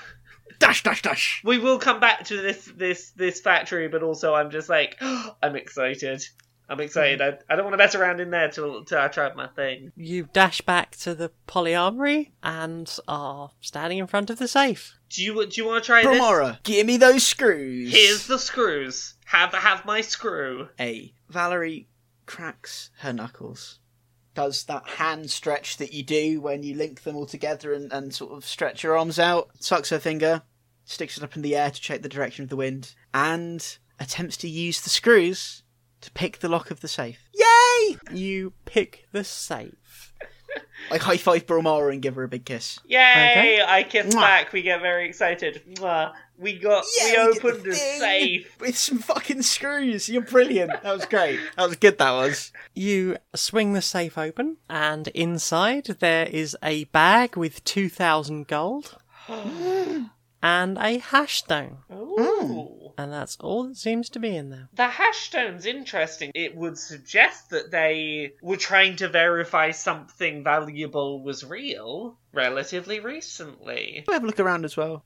Speaker 4: dash, dash, dash.
Speaker 2: We will come back to this this this factory, but also I'm just like I'm excited. I'm excited.
Speaker 4: Mm-hmm.
Speaker 2: I, I don't want to mess around in there till, till I tried my thing.
Speaker 3: You dash back to the polyarmory and are standing in front of the safe.
Speaker 2: Do you do you want to try this?
Speaker 4: Bromara, give me those screws.
Speaker 2: Here's the screws. Have have my screw.
Speaker 4: A. Valerie cracks her knuckles. Does that hand stretch that you do when you link them all together and, and sort of stretch your arms out? Sucks her finger, sticks it up in the air to check the direction of the wind, and attempts to use the screws to pick the lock of the safe. Yay!
Speaker 3: You pick the safe.
Speaker 4: I high five Bromara and give her a big kiss.
Speaker 2: Yay!
Speaker 3: Okay.
Speaker 2: I kiss
Speaker 4: Mwah.
Speaker 2: back. We get very excited. Mwah. We got we
Speaker 4: Yeah, we did the
Speaker 2: opened a
Speaker 4: thing.
Speaker 2: safe.
Speaker 4: With some fucking screws. You're brilliant. That was great. That was good, that was.
Speaker 3: You swing the safe open, and inside there is a bag with 2,000 gold and a hash stone.
Speaker 4: Mm.
Speaker 2: Ooh.
Speaker 3: And that's all that seems to be in there.
Speaker 2: The hash stone's interesting. It would suggest that they were trying to verify something valuable was real relatively recently.
Speaker 4: We'll have a look around as well.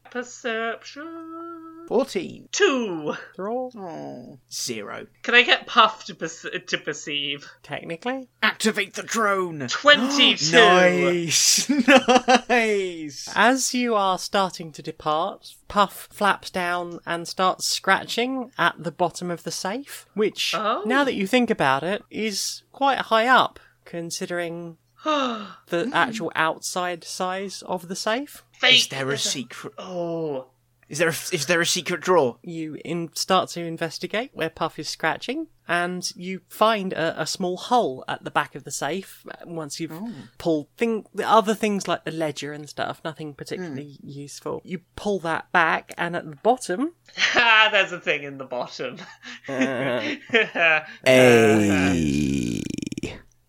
Speaker 2: Perception
Speaker 4: 14.
Speaker 2: two.
Speaker 3: They're all
Speaker 4: Oh. Zero.
Speaker 2: Can I get puffed to, perce- to perceive?
Speaker 3: technically.
Speaker 4: Activate the drone!
Speaker 2: Twenty-two.
Speaker 4: nice! nice!
Speaker 3: As you are starting to depart, Puff flaps down and starts scratching at the bottom of the safe, which,
Speaker 2: Oh.
Speaker 3: now that you think about it, is quite high up considering the actual outside size of the safe.
Speaker 2: Fake.
Speaker 4: Is there a secret?
Speaker 2: Oh.
Speaker 4: Is there a, is there a secret drawer?
Speaker 3: You in, start to investigate where Puff is scratching, and you find a, a small hole at the back of the safe. uh, Once you've pulled thing, the other things like the ledger and stuff, nothing particularly useful. You pull that back, and at the bottom,
Speaker 2: Ah, there's a thing in the bottom.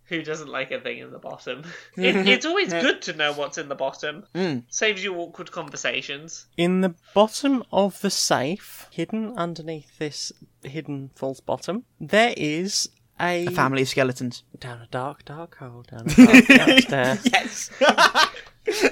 Speaker 2: Who doesn't like a thing in the bottom? It, it's always good to know what's in the bottom. Saves you awkward conversations.
Speaker 3: in the bottom of the safe, hidden underneath this hidden false bottom, there is a,
Speaker 4: A family of skeletons.
Speaker 3: down a dark, dark hole down a dark, dark stair.
Speaker 4: Yes!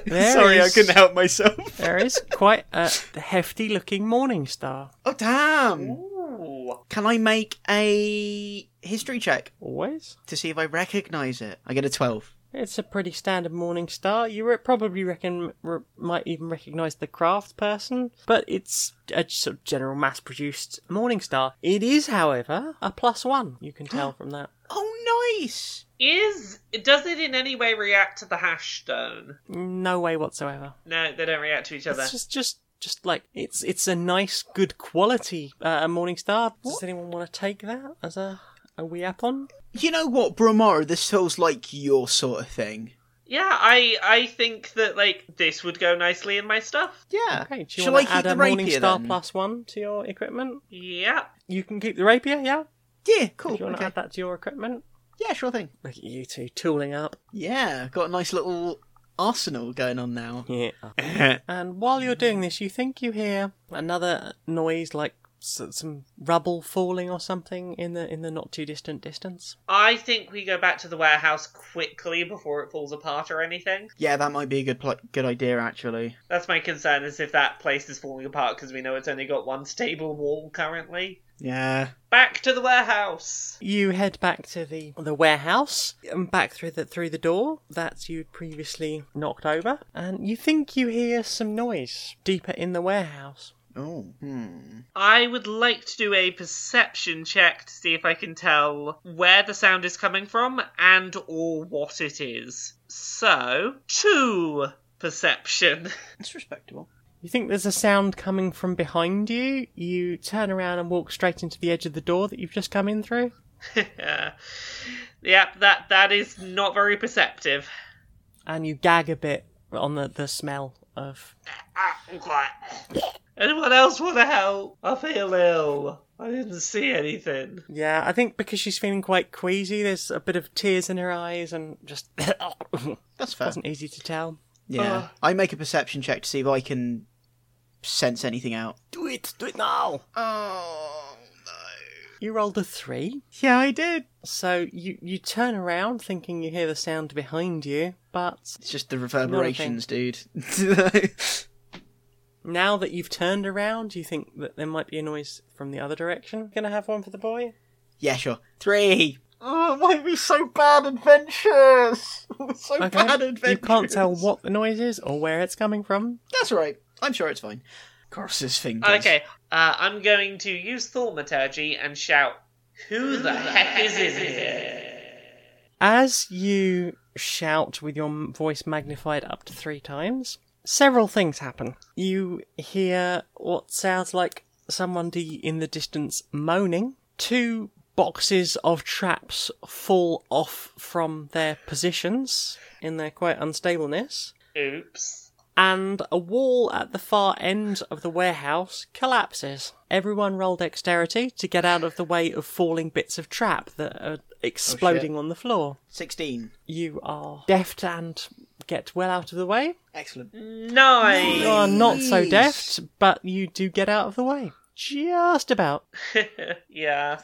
Speaker 3: There
Speaker 4: Sorry, I
Speaker 3: is-
Speaker 4: couldn't help myself.
Speaker 3: There is quite a hefty looking morning star.
Speaker 4: Oh, damn!
Speaker 2: Ooh.
Speaker 4: Can I make a history check
Speaker 3: Always.
Speaker 4: to see if I recognize it? I get a 12.
Speaker 3: It's a pretty standard morning star. You re- probably reckon re- might even recognise the craft person, but it's a sort of general mass-produced morning star. It is, however, a plus one. You can tell from that.
Speaker 4: Oh, nice!
Speaker 2: Is does it in any way react to the hash stone?
Speaker 3: No way whatsoever.
Speaker 2: No, they don't react to each other.
Speaker 3: It's just, just, just like it's it's a nice, good quality uh, morning star. Does anyone want to take that as a a wee app on?
Speaker 4: You know what, Bromara? This feels like your sort of thing.
Speaker 2: Yeah, I I think that like this would go nicely in my stuff.
Speaker 4: Yeah.
Speaker 3: Okay, do you
Speaker 4: Shall
Speaker 3: want
Speaker 4: I
Speaker 3: to
Speaker 4: keep
Speaker 3: add
Speaker 4: the
Speaker 3: a morning
Speaker 4: rapier,
Speaker 3: star
Speaker 4: then?
Speaker 3: plus one to your equipment?
Speaker 2: Yeah.
Speaker 3: You can keep the rapier, yeah.
Speaker 4: Yeah,
Speaker 3: Do
Speaker 4: cool.
Speaker 3: you want to
Speaker 4: Okay.
Speaker 3: add that to your equipment?
Speaker 4: Yeah, sure thing.
Speaker 3: Look at you two tooling up.
Speaker 4: Yeah, got a nice little arsenal going on now.
Speaker 3: Yeah. and while you're doing this, you think you hear another noise, like s- some rubble falling or something in the in the not too distant distance.
Speaker 2: I think we go back to the warehouse quickly before it falls apart or anything.
Speaker 4: Yeah, that might be a good pl- good idea actually.
Speaker 2: That's my concern is if that place is falling apart because we know it's only got one stable wall currently.
Speaker 4: Yeah.
Speaker 2: Back to the warehouse.
Speaker 3: You head back to the the warehouse and back through the through the door that you'd previously knocked over, and you think you hear some noise deeper in the warehouse.
Speaker 4: Oh. Hmm.
Speaker 2: I would like to do a perception check to see if I can tell where the sound is coming from and or what it is. So, two perception.
Speaker 4: That's respectable.
Speaker 3: You think there's a sound coming from behind you. You turn around and walk straight into the edge of the door that you've just come in through.
Speaker 2: yeah, that that is not very perceptive.
Speaker 3: and you gag a bit on the, the smell of.
Speaker 2: Ah, Anyone else want to help? I feel ill. I didn't see anything.
Speaker 3: Yeah, I think because she's feeling quite queasy, there's a bit of tears in her eyes and just
Speaker 4: That's fair.
Speaker 3: wasn't uh, easy to tell.
Speaker 4: Yeah. I make a perception check to see if I can sense anything out.
Speaker 3: Do it, do it now.
Speaker 4: Oh.
Speaker 3: You rolled a three,
Speaker 4: Yeah, I did.
Speaker 3: so you you turn around thinking you hear the sound behind you, but
Speaker 4: It's just the reverberations, dude.
Speaker 3: now that you've turned around, you think that there might be a noise from the other direction. Gonna have one for the boy.
Speaker 4: yeah, sure. Three. Oh, why are we so bad adventures? so bad adventures.
Speaker 3: you can't tell what the noise is or where it's coming from.
Speaker 4: That's all right. I'm sure it's fine. Cross's fingers.
Speaker 2: Okay, uh, I'm going to use thaumaturgy and shout, "Who the heck is in here?"
Speaker 3: As you shout with your m- voice magnified up to three times, several things happen. You hear what sounds like someone d- in the distance moaning. Two boxes of traps fall off from their positions in their quite unstableness.
Speaker 2: Oops.
Speaker 3: And a wall at the far end of the warehouse collapses. Everyone roll dexterity to get out of the way of falling bits of trap that are exploding on the floor
Speaker 4: Sixteen.
Speaker 3: you are deft and get well out of the way.
Speaker 4: Excellent.
Speaker 2: Nine.
Speaker 3: You are not so
Speaker 4: Nice.
Speaker 3: deft, but you do get out of the way. Just about.
Speaker 2: yeah.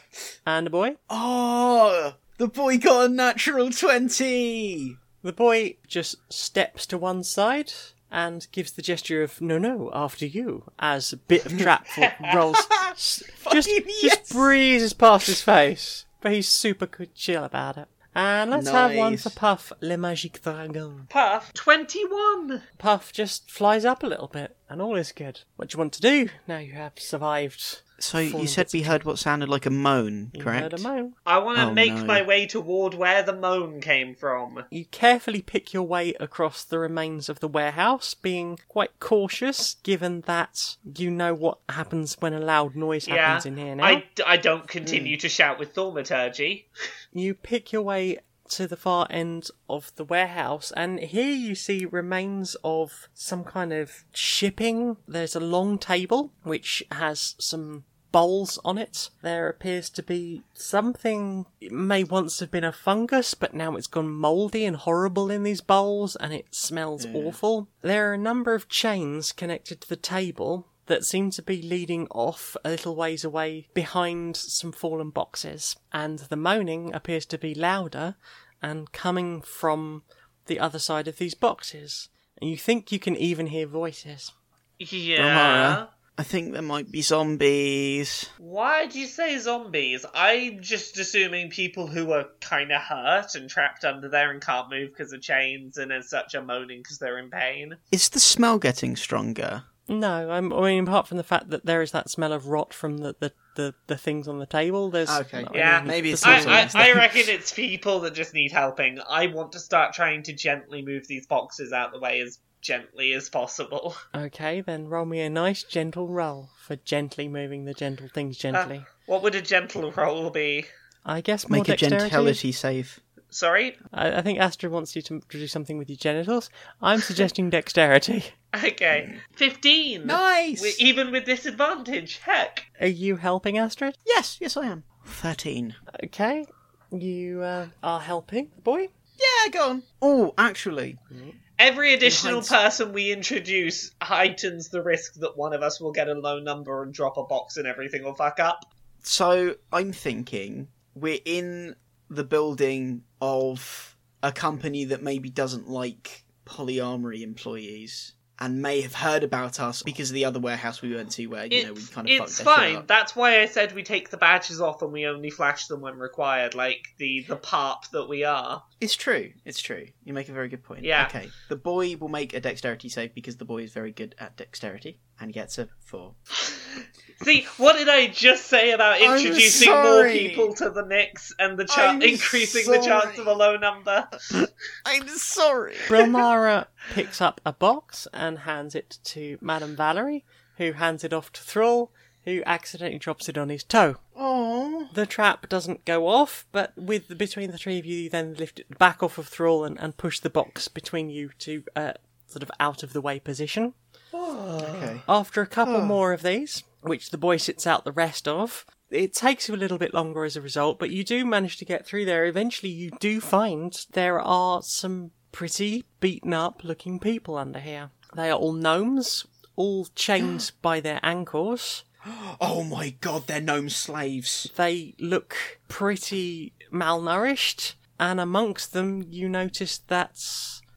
Speaker 3: And the boy?
Speaker 4: Oh, the boy got a natural twenty.
Speaker 3: The boy just steps to one side and gives the gesture of no, no, after you, as a bit of trap fo- rolls. s- just,
Speaker 4: Fucking yes.
Speaker 3: just breezes past his face. But he's super good chill about it. And let's have one
Speaker 4: Nice.
Speaker 3: for Puff, Le Magique Dragon.
Speaker 2: Puff. Twenty-one.
Speaker 3: Puff just flies up a little bit, and all is good. What do you want to do now you have survived?
Speaker 4: So
Speaker 3: Falling
Speaker 4: you said we heard what sounded like a moan,
Speaker 3: You
Speaker 4: correct?
Speaker 3: heard a moan.
Speaker 2: I want to
Speaker 4: Oh,
Speaker 2: make
Speaker 4: no.
Speaker 2: my way toward where the moan came from.
Speaker 3: You carefully pick your way across the remains of the warehouse, being quite cautious given that you know what happens when a loud noise happens in here now.
Speaker 2: I, I don't continue to shout with thaumaturgy.
Speaker 3: You pick your way to the far end of the warehouse, and here you see remains of some kind of shipping. There's a long table which has some bowls on it. There appears to be something, it may once have been a fungus, but now it's gone mouldy and horrible in these bowls, and it smells awful. There are a number of chains connected to the table. That seem to be leading off a little ways away behind some fallen boxes, and the moaning appears to be louder and coming from the other side of these boxes. And you think you can even hear voices.
Speaker 2: Yeah.
Speaker 4: Romara. I think there might be zombies.
Speaker 2: Why do you say zombies? I'm just assuming people who are kind of hurt and trapped under there and can't move because of chains and as such are moaning because they're in pain.
Speaker 4: Is the smell getting stronger?
Speaker 3: No, I'm, I mean, apart from the fact that there is that smell of rot from the, the, the, the things on the table, there's.
Speaker 4: Okay.
Speaker 3: not
Speaker 2: Yeah.
Speaker 3: really-
Speaker 4: Maybe
Speaker 3: the
Speaker 4: it's
Speaker 3: smell-
Speaker 4: also-
Speaker 2: I,
Speaker 4: Zombies.
Speaker 2: I, I reckon it's people that just need helping. I want to start trying to gently move these boxes out the way as gently as possible.
Speaker 3: Okay, then roll me a nice gentle roll for gently moving the gentle things gently.
Speaker 2: What would a gentle roll be?
Speaker 3: I guess more
Speaker 4: Make a
Speaker 3: dexterity.
Speaker 4: gentility save.
Speaker 2: Sorry?
Speaker 3: I, I think Astra wants you to do something with your genitals. I'm suggesting dexterity.
Speaker 2: Okay. 15!
Speaker 4: Mm. Nice.
Speaker 2: Wi- Even with disadvantage, heck!
Speaker 3: Are you helping Astrid?
Speaker 4: Yes, yes, I am. Thirteen.
Speaker 3: Okay, you uh, are helping the boy.
Speaker 4: Yeah, go on. Oh, actually,
Speaker 2: Every additional
Speaker 4: hindsight-
Speaker 2: person we introduce heightens the risk that one of us will get a low number and drop a box and everything will fuck up.
Speaker 4: so I'm thinking we're in the building of a company that maybe doesn't like polyamory employees and may have heard about us because of the other warehouse we went to where you know we
Speaker 2: it's
Speaker 4: kind of
Speaker 2: it's
Speaker 4: fucked their shit
Speaker 2: fine.
Speaker 4: up.
Speaker 2: That's why I said we take the badges off and we only flash them when required, like the the parp that we are.
Speaker 4: It's true. It's true. You make a very good point.
Speaker 2: Yeah.
Speaker 4: Okay. The boy will make a dexterity save because the boy is very good at dexterity and gets a four.
Speaker 2: See, what did I just say about
Speaker 4: I'm
Speaker 2: introducing more
Speaker 4: sorry.
Speaker 2: people to the Knicks and the cha-
Speaker 4: I'm
Speaker 2: increasing the chance
Speaker 4: sorry.
Speaker 2: of a low number?
Speaker 4: I'm sorry.
Speaker 3: Brilmara picks up a box and hands it to Madame Valerie, who hands it off to Thrall, who accidentally drops it on his toe.
Speaker 4: Oh,
Speaker 3: The trap doesn't go off, but with between the three of you, you then lift it back off of Thrall and, and push the box between you to uh, sort of out of the way position.
Speaker 4: okay.
Speaker 3: After a couple more of these, which the boy sits out the rest of, it takes you a little bit longer as a result, but you do manage to get through there. Eventually, you do find there are some pretty beaten up looking people under here. They are all gnomes, all chained by their ankles.
Speaker 4: Oh my god, they're gnome slaves.
Speaker 3: They look pretty malnourished, and amongst them, you notice that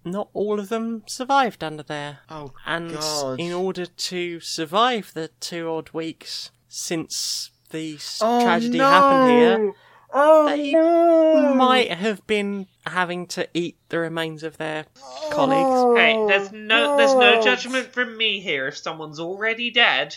Speaker 3: not all of them survived under there.
Speaker 4: Oh,
Speaker 3: And
Speaker 4: God.
Speaker 3: in order to survive the two odd weeks since the s-
Speaker 4: Oh,
Speaker 3: tragedy
Speaker 4: no.
Speaker 3: happened here,
Speaker 4: Oh
Speaker 3: they
Speaker 4: no!
Speaker 3: might have been having to eat the remains of their
Speaker 4: Oh.
Speaker 3: colleagues.
Speaker 2: Hey, there's no there's no
Speaker 4: God.
Speaker 2: judgment from me here. If someone's already dead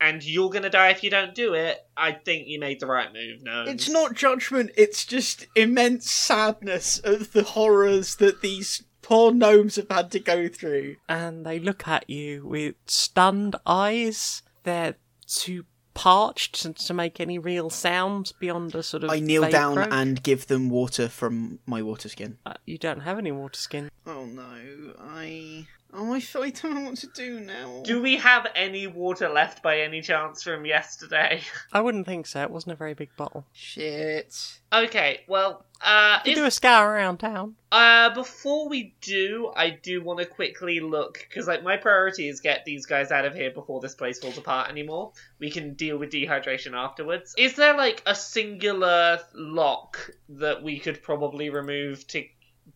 Speaker 2: and you're gonna die if you don't do it, I think you made the right move. No,
Speaker 4: It's not judgment, it's just immense sadness of the horrors that these poor gnomes have had to go through.
Speaker 3: And they look at you with stunned eyes. They're too parched to- to make any real sounds beyond a sort of.
Speaker 4: I kneel
Speaker 3: vague
Speaker 4: down
Speaker 3: croak.
Speaker 4: and give them water from my water skin.
Speaker 3: Uh, You don't have any water skin.
Speaker 4: Oh no, I. Oh, I, f- I don't know what to do now.
Speaker 2: Do we have any water left by any chance from yesterday?
Speaker 3: I wouldn't think so. It wasn't a very big bottle.
Speaker 4: Shit.
Speaker 2: okay, well, uh,
Speaker 3: You
Speaker 2: if-
Speaker 3: do a scour around town.
Speaker 2: uh, before we do, I do want to quickly look because like my priority is get these guys out of here before this place falls apart anymore. We can deal with dehydration afterwards. Is there like a singular lock that we could probably remove to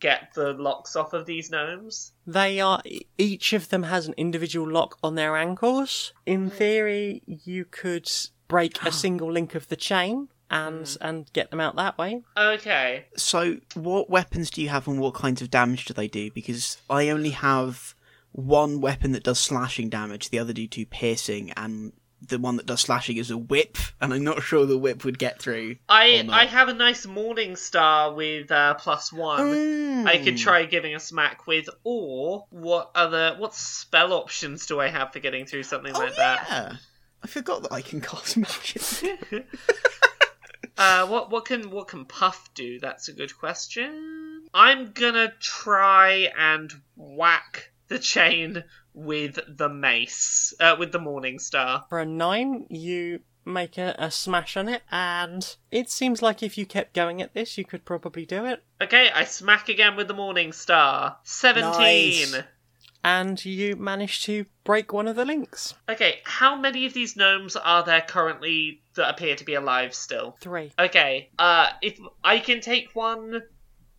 Speaker 2: get the locks off of these gnomes?
Speaker 3: They are e, each of them has an individual lock on their ankles. In theory, you could break a single link of the chain and and get them out that way.
Speaker 2: Okay,
Speaker 4: So, what weapons do you have and what kinds of damage do they do? Because I only have one weapon that does slashing damage, the other do two piercing, and the one that does slashing is a whip, and I'm not sure the whip would get through. or
Speaker 2: I
Speaker 4: not.
Speaker 2: I have a nice morning star with uh, plus one.
Speaker 4: Hmm.
Speaker 2: I could try giving a smack with, or what other what spell options do I have for getting through something
Speaker 4: Oh,
Speaker 2: like that?
Speaker 4: yeah. I forgot that I can cast magic.
Speaker 2: Uh, what what can what can Puff do? That's a good question. I'm gonna try and whack the chain with the mace, uh, with the Morning Star.
Speaker 3: For a nine, you make a, a smash on it, and it seems like if you kept going at this, you could probably do it.
Speaker 2: Okay, I smack again with the Morning Star. Seventeen.
Speaker 4: Nice.
Speaker 3: And you manage to break one of the links.
Speaker 2: Okay, how many of these gnomes are there currently that appear to be alive still?
Speaker 3: Three.
Speaker 2: Okay. Uh, if I can take one,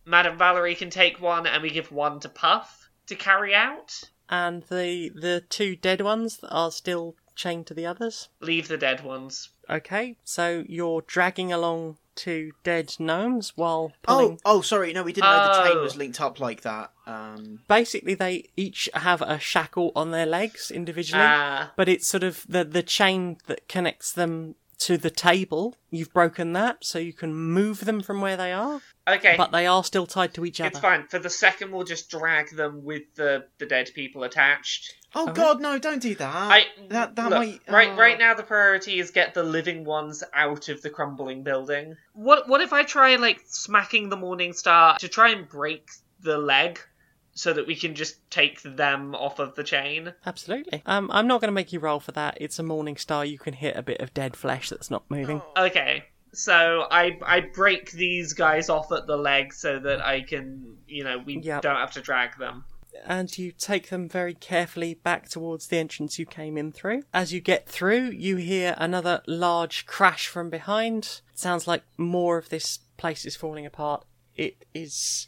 Speaker 2: Madame Valerie can take one, and we give one to Puff to carry out.
Speaker 3: And the the two dead ones are still chained to the others.
Speaker 2: Leave the dead ones.
Speaker 3: Okay, so you're dragging along two dead gnomes while
Speaker 4: oh,
Speaker 3: pulling.
Speaker 4: oh, sorry, no, we didn't know the chain
Speaker 2: Oh.
Speaker 4: was linked up like that. Um,
Speaker 3: Basically, they each have a shackle on their legs individually,
Speaker 2: Ah,
Speaker 3: but it's sort of the the chain that connects them to the table. You've broken that, so you can move them from where they are,
Speaker 2: okay.
Speaker 3: but they are still tied to each
Speaker 2: it's
Speaker 3: other.
Speaker 2: fine. For the second, we'll just drag them with the, the dead people attached.
Speaker 4: oh, God, no, don't do that.
Speaker 2: I
Speaker 4: Uh, that that
Speaker 2: look,
Speaker 4: might
Speaker 2: right
Speaker 4: oh.
Speaker 2: right now the priority is get the living ones out of the crumbling building. What what if I try like smacking the Morning Star to try and break the leg so that we can just take them off of the chain?
Speaker 3: Absolutely. Um, I'm not going to make you roll for that. It's a morning star. You can hit a bit of dead flesh that's not
Speaker 2: Oh.
Speaker 3: moving.
Speaker 2: Okay. So I I break these guys off at the leg so that I can you know we
Speaker 3: Yep.
Speaker 2: don't have to drag them.
Speaker 3: and you take them very carefully back towards the entrance you came in through. As you get through, you hear another large crash from behind. sounds like more of this place is falling apart. It is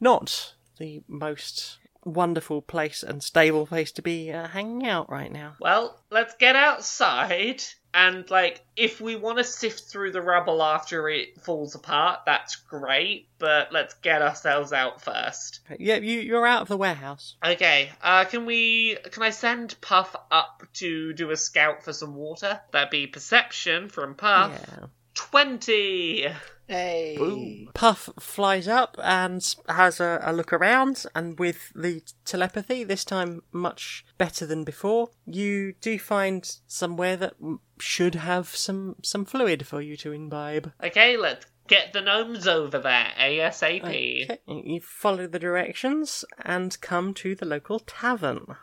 Speaker 3: not the most wonderful place and stable place to be uh, hanging out right now.
Speaker 2: Well, let's get outside and like if we want to sift through the rubble after it falls apart, that's great, but let's get ourselves out first.
Speaker 3: Yeah, you, you're out of the warehouse.
Speaker 2: Okay. Uh can we can I send Puff up to do a scout for some water? That'd be perception from Puff.
Speaker 3: Yeah.
Speaker 2: 20!
Speaker 5: Hey.
Speaker 3: Puff flies up and has a, a look around, and with the telepathy, this time much better than before, you do find somewhere that m- should have some, some fluid for you to imbibe.
Speaker 2: Okay, let's get the gnomes over there ASAP.
Speaker 3: Okay, You follow the directions and come to the local tavern.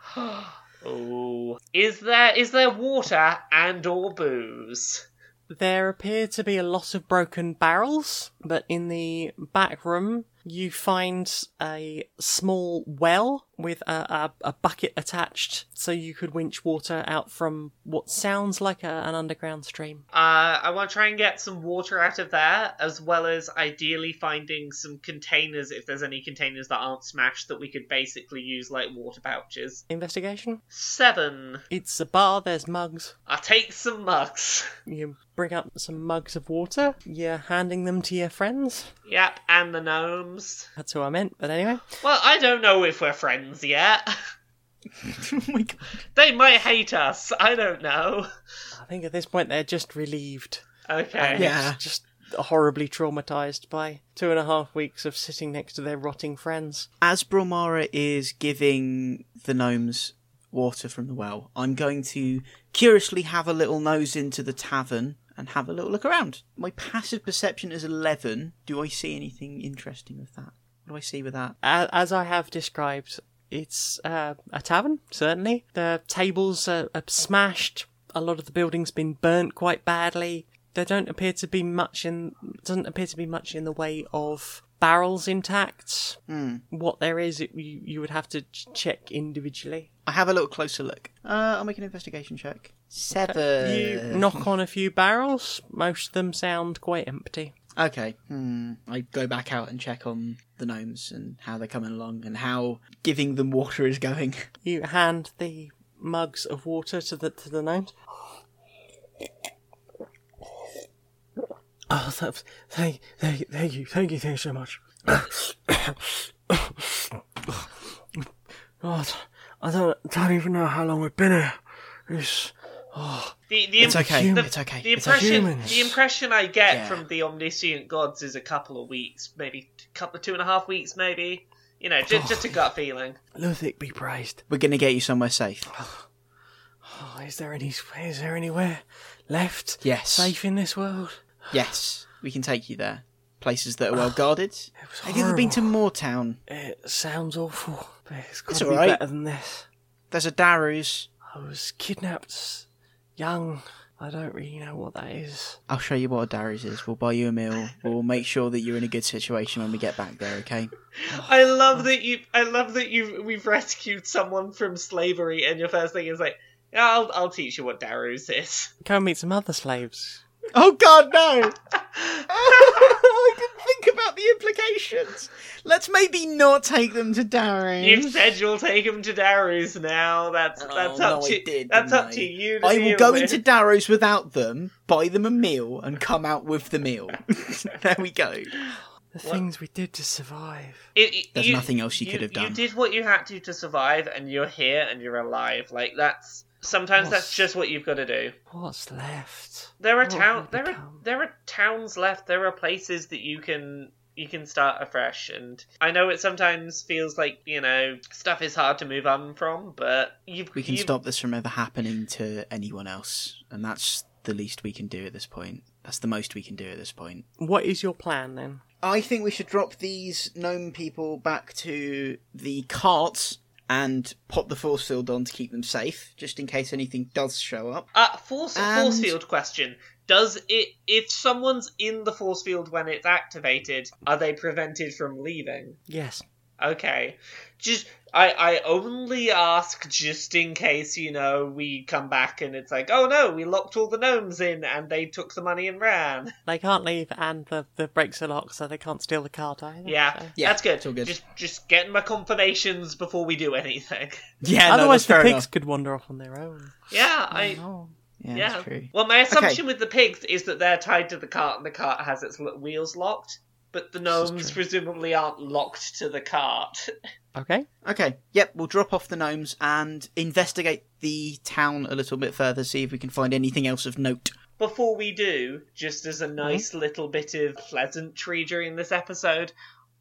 Speaker 2: Oh, is there is there water and or booze?
Speaker 3: There appear to be a lot of broken barrels, but in the back room, you find a small well with a, a, a bucket attached, so you could winch water out from what sounds like a, an underground stream.
Speaker 2: Uh, I want to try and get some water out of there, as well as ideally finding some containers if there's any containers that aren't smashed that we could basically use like water pouches.
Speaker 3: Investigation?
Speaker 2: Seven.
Speaker 3: It's a bar, there's mugs.
Speaker 2: I take some mugs.
Speaker 3: You bring up some mugs of water, you're handing them to your friends.
Speaker 2: Yep, and the gnomes.
Speaker 3: That's who I meant, but anyway.
Speaker 2: Well, I don't know if we're friends yet.
Speaker 4: oh my god.
Speaker 2: they might hate us. I don't know.
Speaker 3: I think at this point they're just relieved.
Speaker 2: Okay.
Speaker 4: Yeah.
Speaker 3: just horribly traumatized by two and a half weeks of sitting next to their rotting friends.
Speaker 4: As Bromara is giving the gnomes water from the well, I'm going to curiously have a little nose into the tavern and have a little look around. My passive perception is 11. Do I see anything interesting with that? What do I see with that?
Speaker 3: A- As I have described, it's uh, a tavern, certainly. The tables are, are smashed. A lot of the building's been burnt quite badly. There don't appear to be much in doesn't appear to be much in the way of barrels intact. What there is, it, you, you would have to ch- check individually.
Speaker 4: I have a little closer look. Uh, I'll make an investigation check. Seven.
Speaker 3: You knock on a few barrels. Most of them sound quite empty.
Speaker 4: Okay. Hmm. I go back out and check on the gnomes and how they're coming along and how giving them water is going.
Speaker 3: You hand the mugs of water to the to the gnomes. Oh, thank, thank, thank, thank you, thank you, thank you so much. God, I don't, don't even know how long we've been here. It's,
Speaker 2: The, the
Speaker 4: It's
Speaker 2: im-
Speaker 4: okay.
Speaker 2: The,
Speaker 4: It's okay.
Speaker 2: The
Speaker 4: It's
Speaker 2: impression,
Speaker 3: okay.
Speaker 2: the impression I get
Speaker 4: Yeah.
Speaker 2: from the omniscient gods is a couple of weeks, maybe couple two and a half weeks, maybe. You know, just, just a gut feeling.
Speaker 3: Luthic be praised.
Speaker 4: We're gonna get you somewhere safe.
Speaker 3: Oh, is there any, is there anywhere left
Speaker 4: Yes.
Speaker 3: safe in this world?
Speaker 4: Yes. We can take you there. Places that are well guarded. Have you ever been to Moortown?
Speaker 3: It sounds awful, but it's got
Speaker 4: It's
Speaker 3: to be
Speaker 4: alright.
Speaker 3: better than this.
Speaker 4: There's a Daru's.
Speaker 3: I was kidnapped young. I don't really know what that is.
Speaker 4: I'll show you what a Daru's is. We'll buy you a meal. We'll make sure that you're in a good situation when we get back there, okay?
Speaker 2: I
Speaker 4: Oh.
Speaker 2: love that you. I love that you. We've rescued someone from slavery, and your first thing is like, "Yeah, "I'll, I'll teach you what Darus is."
Speaker 3: Go and meet some other slaves.
Speaker 4: Oh god, no! I can think about the implications. Let's maybe not take them to Daru's.
Speaker 2: You've said you'll take him to Darus now. That's that's
Speaker 4: Oh,
Speaker 2: up
Speaker 4: no, I
Speaker 2: to
Speaker 4: did,
Speaker 2: that's
Speaker 4: didn't
Speaker 2: up
Speaker 4: I?
Speaker 2: to you. To
Speaker 4: I
Speaker 2: deal
Speaker 4: will go
Speaker 2: with.
Speaker 4: into Darrow's without them, buy them a meal, and come out with the meal. there we go.
Speaker 3: The things we did to survive.
Speaker 2: It- it-
Speaker 4: There's nothing else you could have
Speaker 2: You
Speaker 4: done.
Speaker 2: did what you had to to survive, and you're here and you're alive. Like that's sometimes that's just what you've got to do.
Speaker 3: What's left?
Speaker 2: There
Speaker 4: Oh,
Speaker 2: are
Speaker 3: What
Speaker 2: town
Speaker 3: have we
Speaker 2: there are
Speaker 3: become?
Speaker 2: there are towns left. There are places that you can you can start afresh. And I know it sometimes feels like you know stuff is hard to move on from, but you've
Speaker 4: We can
Speaker 2: you've-
Speaker 4: stop this from ever happening to anyone else, and that's the least we can do at this point. That's the most we can do at this point.
Speaker 3: What is your plan then?
Speaker 4: I think we should drop these gnome people back to the cart and pop the force field on to keep them safe, just in case anything does show up.
Speaker 2: Uh, force force
Speaker 4: And-
Speaker 2: field question. Does it if someone's in the force field when it's activated, are they prevented from leaving?
Speaker 3: Yes.
Speaker 2: Okay. Just I I only ask just in case, you know, we come back and it's like, "Oh no, we locked all the gnomes in and they took the money and ran."
Speaker 3: They can't leave and the, the brakes are locked, so they can't steal the car either.
Speaker 2: Yeah.
Speaker 3: so-
Speaker 4: Yeah,
Speaker 2: that's good.
Speaker 4: it's all good.
Speaker 2: Just just getting my confirmations before we do anything.
Speaker 4: Yeah, no,
Speaker 3: Otherwise
Speaker 4: that's fair
Speaker 3: the pigs
Speaker 4: enough.
Speaker 3: could wander off on their own.
Speaker 2: yeah, I
Speaker 3: Oh.
Speaker 4: Yeah,
Speaker 2: yeah.
Speaker 4: that's true.
Speaker 2: Well, my assumption with the pigs is that they're tied to the cart and the cart has its l- wheels locked, but the
Speaker 4: This is
Speaker 2: gnomes
Speaker 4: true.
Speaker 2: presumably aren't locked to the cart.
Speaker 3: Okay.
Speaker 4: Okay, yep, we'll drop off the gnomes and investigate the town a little bit further, see if we can find anything else of note.
Speaker 2: before we do, just as a nice little bit of pleasantry during this episode,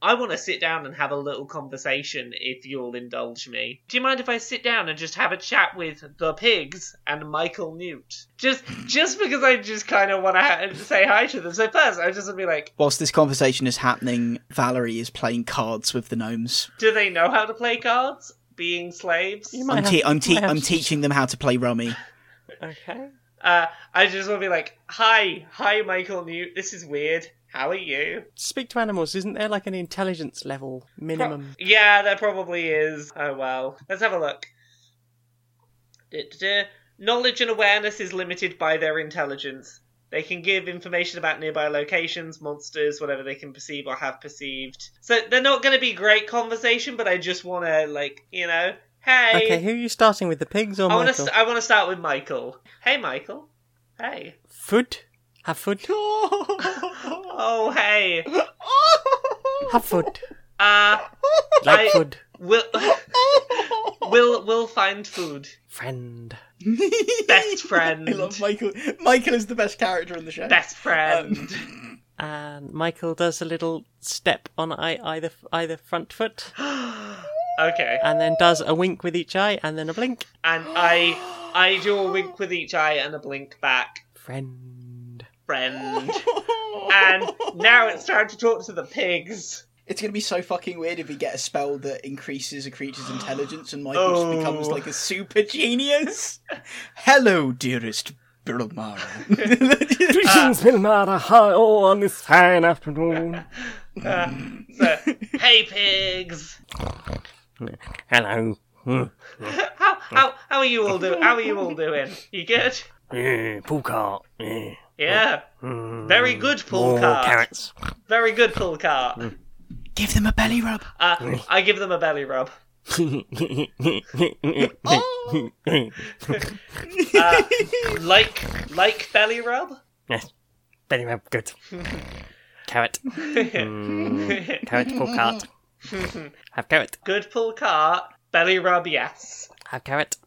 Speaker 2: I want to sit down and have a little conversation if you'll indulge me. Do you mind if I sit down and just have a chat with the pigs and Michael Newt? Just just because I just kind of want to ha- say hi to them. So first, I just want to be like,
Speaker 4: Whilst this conversation is happening, Valerie is playing cards with the gnomes.
Speaker 2: do they know how to play cards? Being slaves?
Speaker 3: You
Speaker 4: I'm,
Speaker 3: might
Speaker 4: te-
Speaker 3: have-
Speaker 4: I'm,
Speaker 3: you
Speaker 4: te-
Speaker 3: might have
Speaker 4: I'm
Speaker 3: s-
Speaker 4: teaching them how to play rummy.
Speaker 3: Okay.
Speaker 2: Uh, I just want to be like, hi, hi, Michael Newt. This is weird. How are you?
Speaker 3: Speak to animals. Isn't there like an intelligence level minimum?
Speaker 2: Yeah, there probably is. Oh well. Let's have a look. Du-du-du. Knowledge and awareness is limited by their intelligence. They can give information about nearby locations, monsters, whatever they can perceive or have perceived. So they're not going to be great conversation, but I just want to, like, you know, hey.
Speaker 3: Okay, who are you starting with, the pigs or
Speaker 2: I want to.
Speaker 3: Michael?
Speaker 2: St- I want to start with Michael. Hey, Michael. Hey.
Speaker 3: Food. Have food.
Speaker 2: Oh, hey.
Speaker 3: Have food.
Speaker 2: Uh,
Speaker 3: Like
Speaker 2: I-
Speaker 3: food.
Speaker 2: we'll we'll we'll find food.
Speaker 3: Friend.
Speaker 2: Best friend.
Speaker 4: I love Michael. Michael is the best character in the show.
Speaker 2: Best friend.
Speaker 3: And Michael does a little step on ei- either either front foot,
Speaker 2: Okay.
Speaker 3: and then does a wink with each eye, and then a blink.
Speaker 2: And I I do a wink with each eye and a blink back.
Speaker 3: Friend.
Speaker 2: Friend. And now it's time to talk to the pigs.
Speaker 4: It's gonna be so fucking weird if we get a spell that increases a creature's intelligence and Michael
Speaker 2: Oh.
Speaker 4: just becomes like a super genius. Hello, dearest Bromara.
Speaker 5: Greetings, Vilmara. Hi, all on this fine afternoon.
Speaker 2: Uh, so, hey pigs.
Speaker 5: Hello. Hmm.
Speaker 2: How how how are you all doing? How are you all doing? You good?
Speaker 5: Eh, Pool cart. Eh.
Speaker 2: Yeah. Very good pull
Speaker 5: More
Speaker 2: cart.
Speaker 5: carrots.
Speaker 2: Very good pull cart.
Speaker 4: Give them a belly rub.
Speaker 2: Uh, I give them a belly rub.
Speaker 4: Oh,
Speaker 2: Uh, like like belly rub.
Speaker 5: yes. Belly rub. Good. Carrot. Mm, carrot. Pool cart. Have carrot.
Speaker 2: Good pull cart. Belly rub. Yes.
Speaker 5: Have carrot.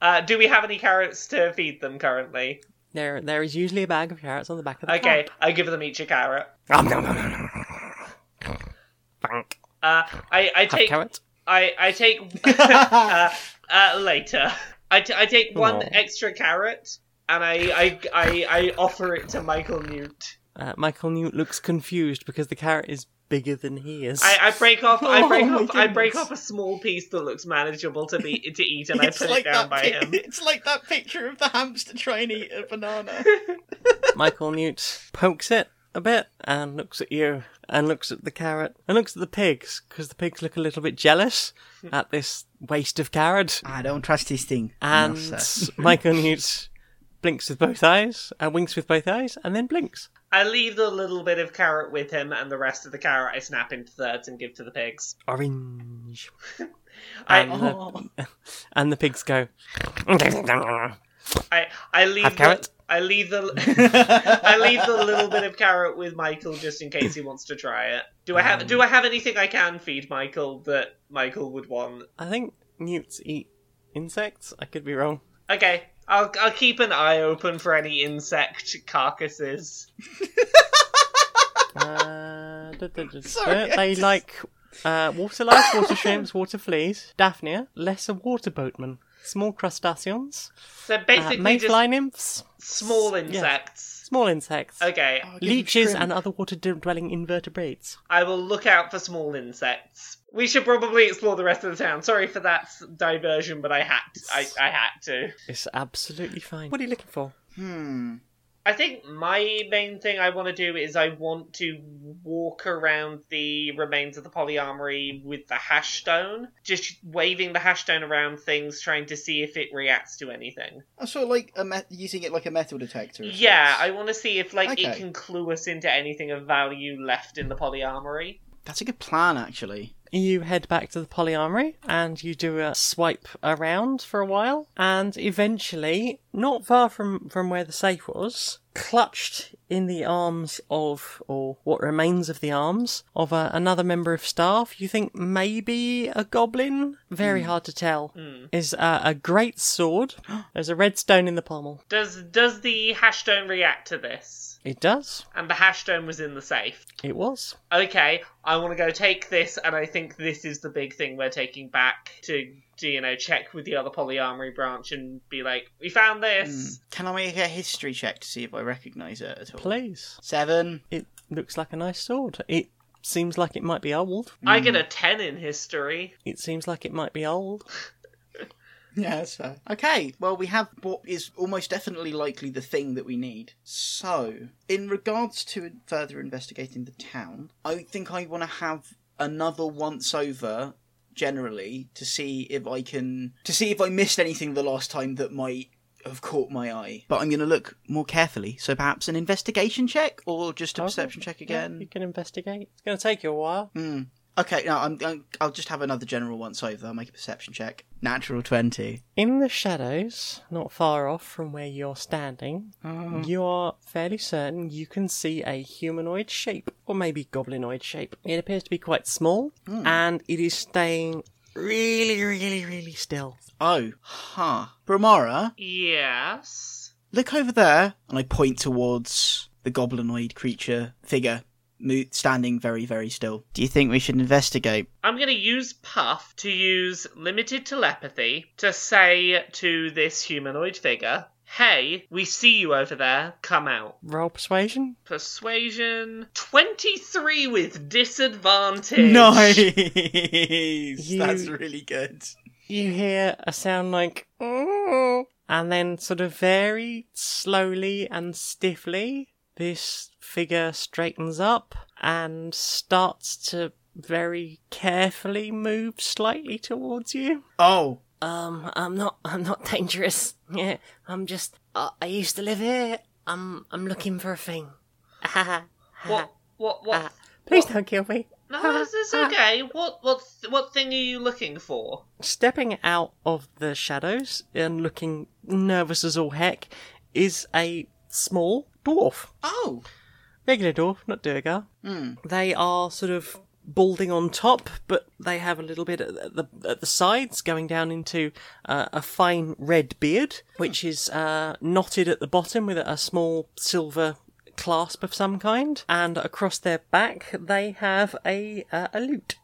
Speaker 2: Uh, do we have any carrots to feed them currently?
Speaker 3: There, there is usually a bag of carrots on the back of the
Speaker 2: Okay,
Speaker 3: cart.
Speaker 2: I give them each a carrot.
Speaker 5: Om nom nom nom nom nom. Bank.
Speaker 2: Uh, I, I
Speaker 5: Have
Speaker 2: take
Speaker 5: carrot.
Speaker 2: I, I take uh, uh, later. I, t- I take one
Speaker 5: Aw.
Speaker 2: extra carrot and I, I I I offer it to Michael Newt.
Speaker 3: Uh, Michael Newt looks confused because the carrot is bigger than he is.
Speaker 2: I, I break off I
Speaker 4: Oh,
Speaker 2: break
Speaker 4: my
Speaker 2: off I break
Speaker 4: goodness.
Speaker 2: off a small piece that looks manageable to be to eat and I
Speaker 4: It's
Speaker 2: put
Speaker 4: like
Speaker 2: it down
Speaker 4: that.
Speaker 2: by
Speaker 4: pic-
Speaker 2: him.
Speaker 4: it's like that picture of the hamster trying to eat a banana.
Speaker 3: Michael Newt pokes it a bit and looks at you and looks at the carrot and looks at the pigs because the pigs look a little bit jealous at this waste of carrot.
Speaker 4: I don't trust this thing.
Speaker 3: And Michael Newt blinks with both eyes and winks with both eyes and then blinks.
Speaker 2: I leave the little bit of carrot with him and the rest of the carrot I snap into thirds and give to the pigs.
Speaker 3: Orange.
Speaker 2: I-
Speaker 3: And, the, and the pigs go,
Speaker 2: I I leave
Speaker 5: Have
Speaker 2: the,
Speaker 5: carrot?
Speaker 2: I leave the
Speaker 4: Oh.
Speaker 2: I leave the little bit of carrot with Michael just in case he wants to try it. Do I have
Speaker 3: Um,
Speaker 2: Do I have anything I can feed Michael that Michael would want?
Speaker 3: I think newts eat insects. I could be wrong.
Speaker 2: Okay, I'll I'll keep an eye open for any insect carcasses.
Speaker 3: Uh, da- da- da-
Speaker 4: Sorry,
Speaker 3: da.
Speaker 4: I
Speaker 3: they
Speaker 4: just-
Speaker 3: like uh, water lice, water shrimps, water fleas, Daphnia, lesser water boatmen, small crustaceans,
Speaker 2: They're
Speaker 3: uh,
Speaker 2: basically
Speaker 3: mayfly nymphs,
Speaker 2: just small
Speaker 3: yeah. Uh,
Speaker 2: insects.
Speaker 3: small insects,
Speaker 2: Okay,
Speaker 3: leeches, and other water d- dwelling invertebrates.
Speaker 2: I will look out for small insects. We should probably explore the rest of the town. Sorry for that s- diversion, but I had to, I, I had to.
Speaker 3: It's absolutely fine. What are you looking for?
Speaker 4: Hmm.
Speaker 2: I think my main thing I want to do is I want to walk around the remains of the polyarmory with the hash stone, just waving the hash stone around things, trying to see if it reacts to anything.
Speaker 4: I sort of like a met- using it like a metal detector. of
Speaker 2: Yeah,
Speaker 4: sorts.
Speaker 2: I want to see if like it
Speaker 4: Mm, Okay.
Speaker 2: can clue us into anything of value left in the polyarmory.
Speaker 4: That's a good plan, actually.
Speaker 3: You head back to the polyarmory and you do a swipe around for a while, and eventually, not far from, from where the safe was, clutched in the arms of, or what remains of the arms, of uh, another member of staff. You think maybe a goblin? Very hard to tell. Is uh, a great sword. There's a red stone in the pommel.
Speaker 2: Does does the hash stone react to this?
Speaker 3: It does.
Speaker 2: And the hash stone was in the safe.
Speaker 3: It was.
Speaker 2: okay, I want to go take this, and I think this is the big thing we're taking back to, to, you know, check with the other polyamory branch and be like, we found this.
Speaker 4: Can I make a history check to see if I recognise it at all?
Speaker 3: Please.
Speaker 4: Seven.
Speaker 3: It looks like a nice sword. It seems like it might be old.
Speaker 2: I get a 10 in history.
Speaker 3: It seems like it might be old.
Speaker 4: Yeah, that's fair. Okay, well, we have what is almost definitely likely the thing that we need. So, in regards to further investigating the town, I think I want to have another once over generally to see if I can. to see if I missed anything the last time that might have caught my eye. But I'm going to look more carefully, so perhaps an investigation check or just a perception check again.
Speaker 3: You can investigate. It's going to take you a while.
Speaker 4: Okay, no, I'm, I'm, I'll just have another general once over. I'll make a perception check. Natural 20.
Speaker 3: In the shadows, not far off from where you're standing, you are fairly certain you can see a humanoid shape, or maybe goblinoid shape. It appears to be quite small, and it is staying really, really, really still.
Speaker 4: Oh, huh. Bromara,
Speaker 2: Yes.
Speaker 4: look over there. And I point towards the goblinoid creature figure mo- standing very, very still. Do you think we should investigate?
Speaker 2: I'm going to use Puff to use limited telepathy to say to this humanoid figure, hey, we see you over there, come out.
Speaker 3: Roll persuasion.
Speaker 2: Persuasion 23 with disadvantage.
Speaker 4: Nice! That's really good.
Speaker 3: You hear a sound like, "Mm," and then sort of very slowly and stiffly, this figure straightens up and starts to very carefully move slightly towards you.
Speaker 4: Oh,
Speaker 3: Um, I'm not, I'm not dangerous. Yeah, I'm just, I, I used to live here. I'm, I'm looking for a thing.
Speaker 2: What? What? What?
Speaker 3: Please don't kill me.
Speaker 2: No, it's,
Speaker 4: Ah,
Speaker 2: it's okay. What? What? th- What thing are you looking for?
Speaker 3: stepping out of the shadows and looking nervous as all heck is a small dwarf.
Speaker 4: oh,
Speaker 3: Regular dwarf, not Durgar. They are sort of balding on top, but they have a little bit at the, at the sides going down into uh, a fine red beard, which is uh, knotted at the bottom with a small silver clasp of some kind. And across their back, they have a, uh, a lute.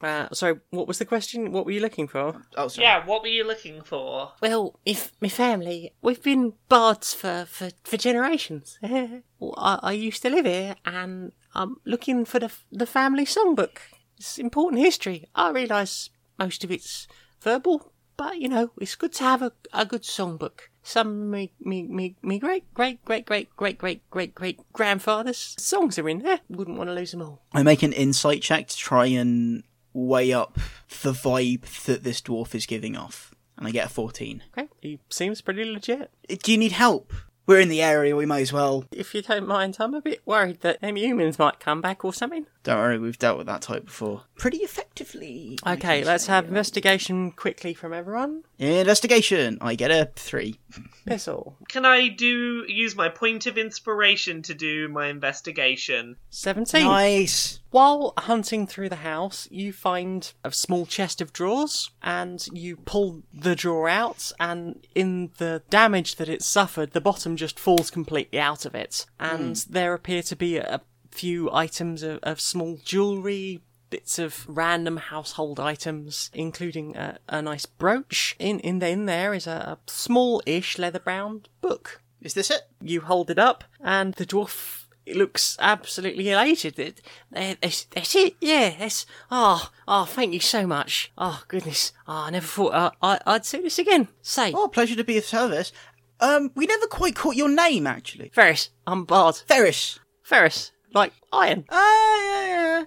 Speaker 3: Uh, so, what was the question? What were you looking for?
Speaker 4: oh, sorry.
Speaker 2: Yeah, what were you looking for?
Speaker 3: Well, if my family, we've been bards for, for, for generations. I, I used to live here, and I'm looking for the the family songbook. It's important history. I realise most of it's verbal, but you know, it's good to have a, a good songbook. Some me me me me great great great great great great great great grandfather's songs are in there. Wouldn't want to lose them all.
Speaker 4: I make an insight check to try and weigh up the vibe that this dwarf is giving off. And I get a 14.
Speaker 3: Okay, he seems pretty legit.
Speaker 4: Do you need help? We're in the area, we may as well.
Speaker 3: If you don't mind, I'm a bit worried that them humans might come back or something.
Speaker 4: Don't worry, we've dealt with that type before. Pretty effectively. I
Speaker 3: Okay,
Speaker 4: can
Speaker 3: let's
Speaker 4: say.
Speaker 3: have investigation quickly from everyone.
Speaker 4: Investigation! I get a three.
Speaker 3: Pistol.
Speaker 2: Can I do use my point of inspiration to do my investigation?
Speaker 3: 17.
Speaker 4: Nice!
Speaker 3: While hunting through the house, you find a small chest of drawers and you pull the drawer out, and in the damage that it suffered, the bottom just falls completely out of it. And there appear to be a few items of, of small jewellery, bits of random household items, including a, a nice brooch. In, in, in there is a, a small ish leather bound book
Speaker 4: Is this it?
Speaker 3: you hold it up, and the dwarf looks absolutely elated. It, eh, that's, that's it, yeah. That's oh, oh, thank you so much. Oh goodness, oh, I never thought I, I, I'd see this again. Say,
Speaker 4: Oh, pleasure to be of service. Um, we never quite caught your name, actually.
Speaker 3: Ferris, I'm barred.
Speaker 4: Ferris.
Speaker 3: Ferris, like iron.
Speaker 4: Ah,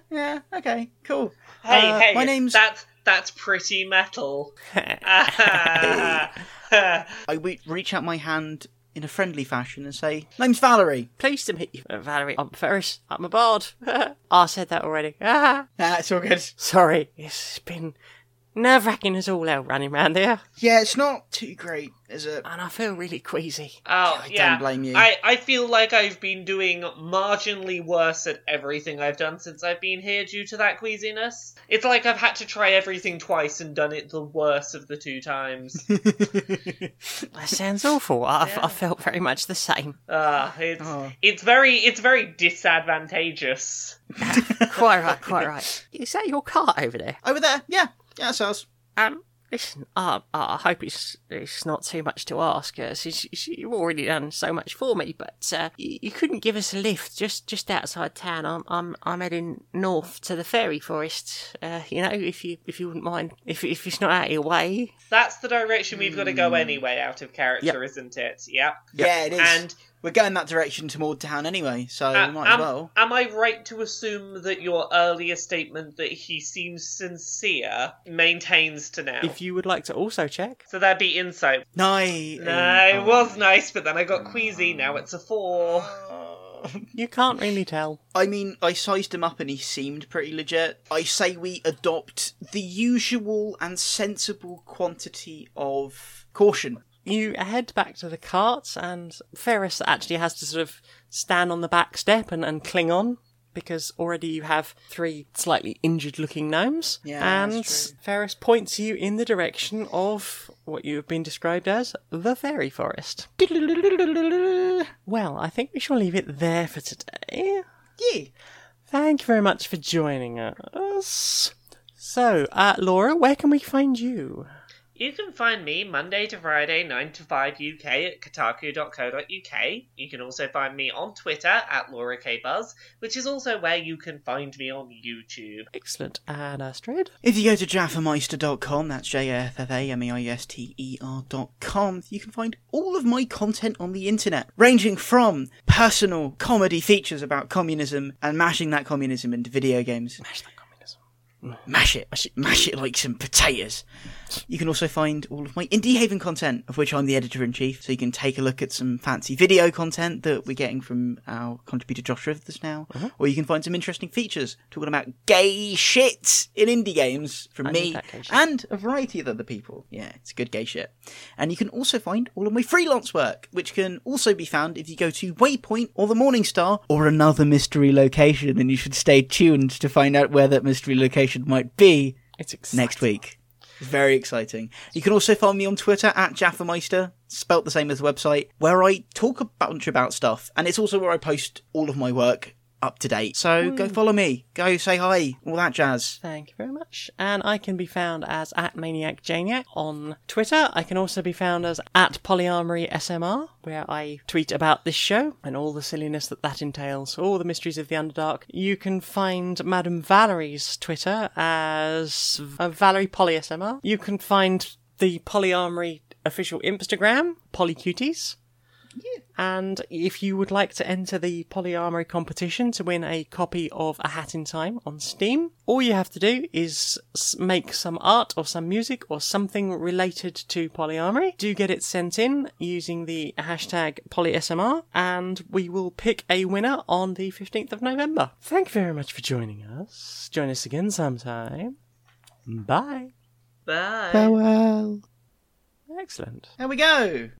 Speaker 4: yeah, yeah, yeah. Okay, cool.
Speaker 2: Hey,
Speaker 4: Uh,
Speaker 2: hey,
Speaker 4: My name's.
Speaker 2: that's that's pretty metal.
Speaker 4: I re- reach out my hand in a friendly fashion and say, "Name's Valerie."
Speaker 3: Pleased to meet you, Uh, Valerie. I'm Ferris. I'm a bard. I said that already. Ah,
Speaker 4: Nah, it's all good.
Speaker 3: sorry, it's been Nerve wracking as all hell running round here,
Speaker 4: Yeah, it's not too great, is it?
Speaker 3: and I feel really queasy.
Speaker 2: Oh,
Speaker 4: I don't
Speaker 2: yeah.
Speaker 4: blame you.
Speaker 2: I, I feel like I've been doing marginally worse at everything I've done since I've been here due to that queasiness. It's like I've had to try everything twice and done it the worst of the two times.
Speaker 3: That sounds awful. I,
Speaker 2: Yeah.
Speaker 3: I felt very much the same.
Speaker 2: Ah, it's
Speaker 4: Oh.
Speaker 2: it's very it's very disadvantageous.
Speaker 3: Quite right, quite right. Is that your cart over there?
Speaker 4: Over there, yeah, yeah, that's ours.
Speaker 3: Um, listen, uh, uh, I hope it's it's not too much to ask, uh, since you- you've already done so much for me. But uh, you, you couldn't give us a lift just just outside town. I'm I'm I'm heading north to the fairy forest. Uh, you know, if you if you wouldn't mind, if if it's not out of your way.
Speaker 2: That's the direction we've got to go anyway, out of character,
Speaker 4: Hmm. Yep.
Speaker 2: isn't it? Yep.
Speaker 4: Yeah, it is.
Speaker 2: And
Speaker 4: We're going that direction toward town anyway, so
Speaker 2: uh,
Speaker 4: we might as
Speaker 2: am,
Speaker 4: well.
Speaker 2: am I right to assume that your earlier statement that he seems sincere maintains to now?
Speaker 3: If you would like to also check,
Speaker 2: So that'd be insight.
Speaker 4: No, Hmm.
Speaker 2: No, it
Speaker 4: Oh.
Speaker 2: was nice, but then I got queasy. Now it's a four.
Speaker 3: you can't really tell.
Speaker 4: I mean, I sized him up and he seemed pretty legit. I say we adopt the usual and sensible quantity of caution.
Speaker 3: you head back to the cart, and Ferris actually has to sort of stand on the back step and, and cling on because already you have three slightly injured looking gnomes.
Speaker 4: Yeah,
Speaker 3: and
Speaker 4: that's true.
Speaker 3: Ferris points you in the direction of what you have been described as the fairy forest. Well, I think we shall leave it there for today.
Speaker 4: Yeah.
Speaker 3: Thank you very much for joining us. So, uh, Laura, where can we find you?
Speaker 2: You can find me Monday to Friday, 9 to 5 UK at kotaku.co.uk. You can also find me on Twitter at Laura K Buzz, which is also where you can find me on YouTube.
Speaker 3: Excellent. And Astrid?
Speaker 4: If you go to jaffameister.com, that's E J-A-F-F-A-M-E-I-S-T-E-R dot com, you can find all of my content on the internet, ranging from personal comedy features about communism and mashing that communism into video games. Mash it. Mash it. Mash it like some potatoes. You can also find all of my Indie Haven content, of which I'm the editor in chief, so you can take a look at some fancy video content that we're getting from our contributor Josh Rivers now,
Speaker 3: Uh-huh.
Speaker 4: or you can find some interesting features talking about gay shit in indie games from me
Speaker 3: that gay shit.
Speaker 4: and a variety of other people. Yeah, it's good gay shit. And you can also find all of my freelance work, which can also be found if you go to Waypoint or the Morning Star or another mystery location, and you should stay tuned to find out where that mystery location might be
Speaker 3: It's exciting.
Speaker 4: next week. It's very exciting. You can also find me on Twitter at Jaffameister, spelt the same as the website, where I talk a bunch about stuff, and it's also where I post all of my work up to date. So go follow me, go say hi, all that jazz.
Speaker 3: Thank you very much. And I can be found as at Maniac Janiac on Twitter. I can also be found as at Polyarmory SMR, where I tweet about this show and all the silliness that that entails, all the mysteries of the Underdark. You can find Madame Valerie's Twitter as uh, Valerie Poly SMR. You can find the Polyarmory official Instagram, Polycuties. And if you would like to enter the Polyarmory competition to win a copy of A Hat in Time on Steam, all you have to do is s- make some art or some music or something related to Polyarmory. Do get it sent in using the hashtag PolySMR, and we will pick a winner on the 15th of November. Thank you very much for joining us. Join us again sometime. Bye.
Speaker 2: Bye.
Speaker 4: Farewell.
Speaker 3: Excellent.
Speaker 4: There we go.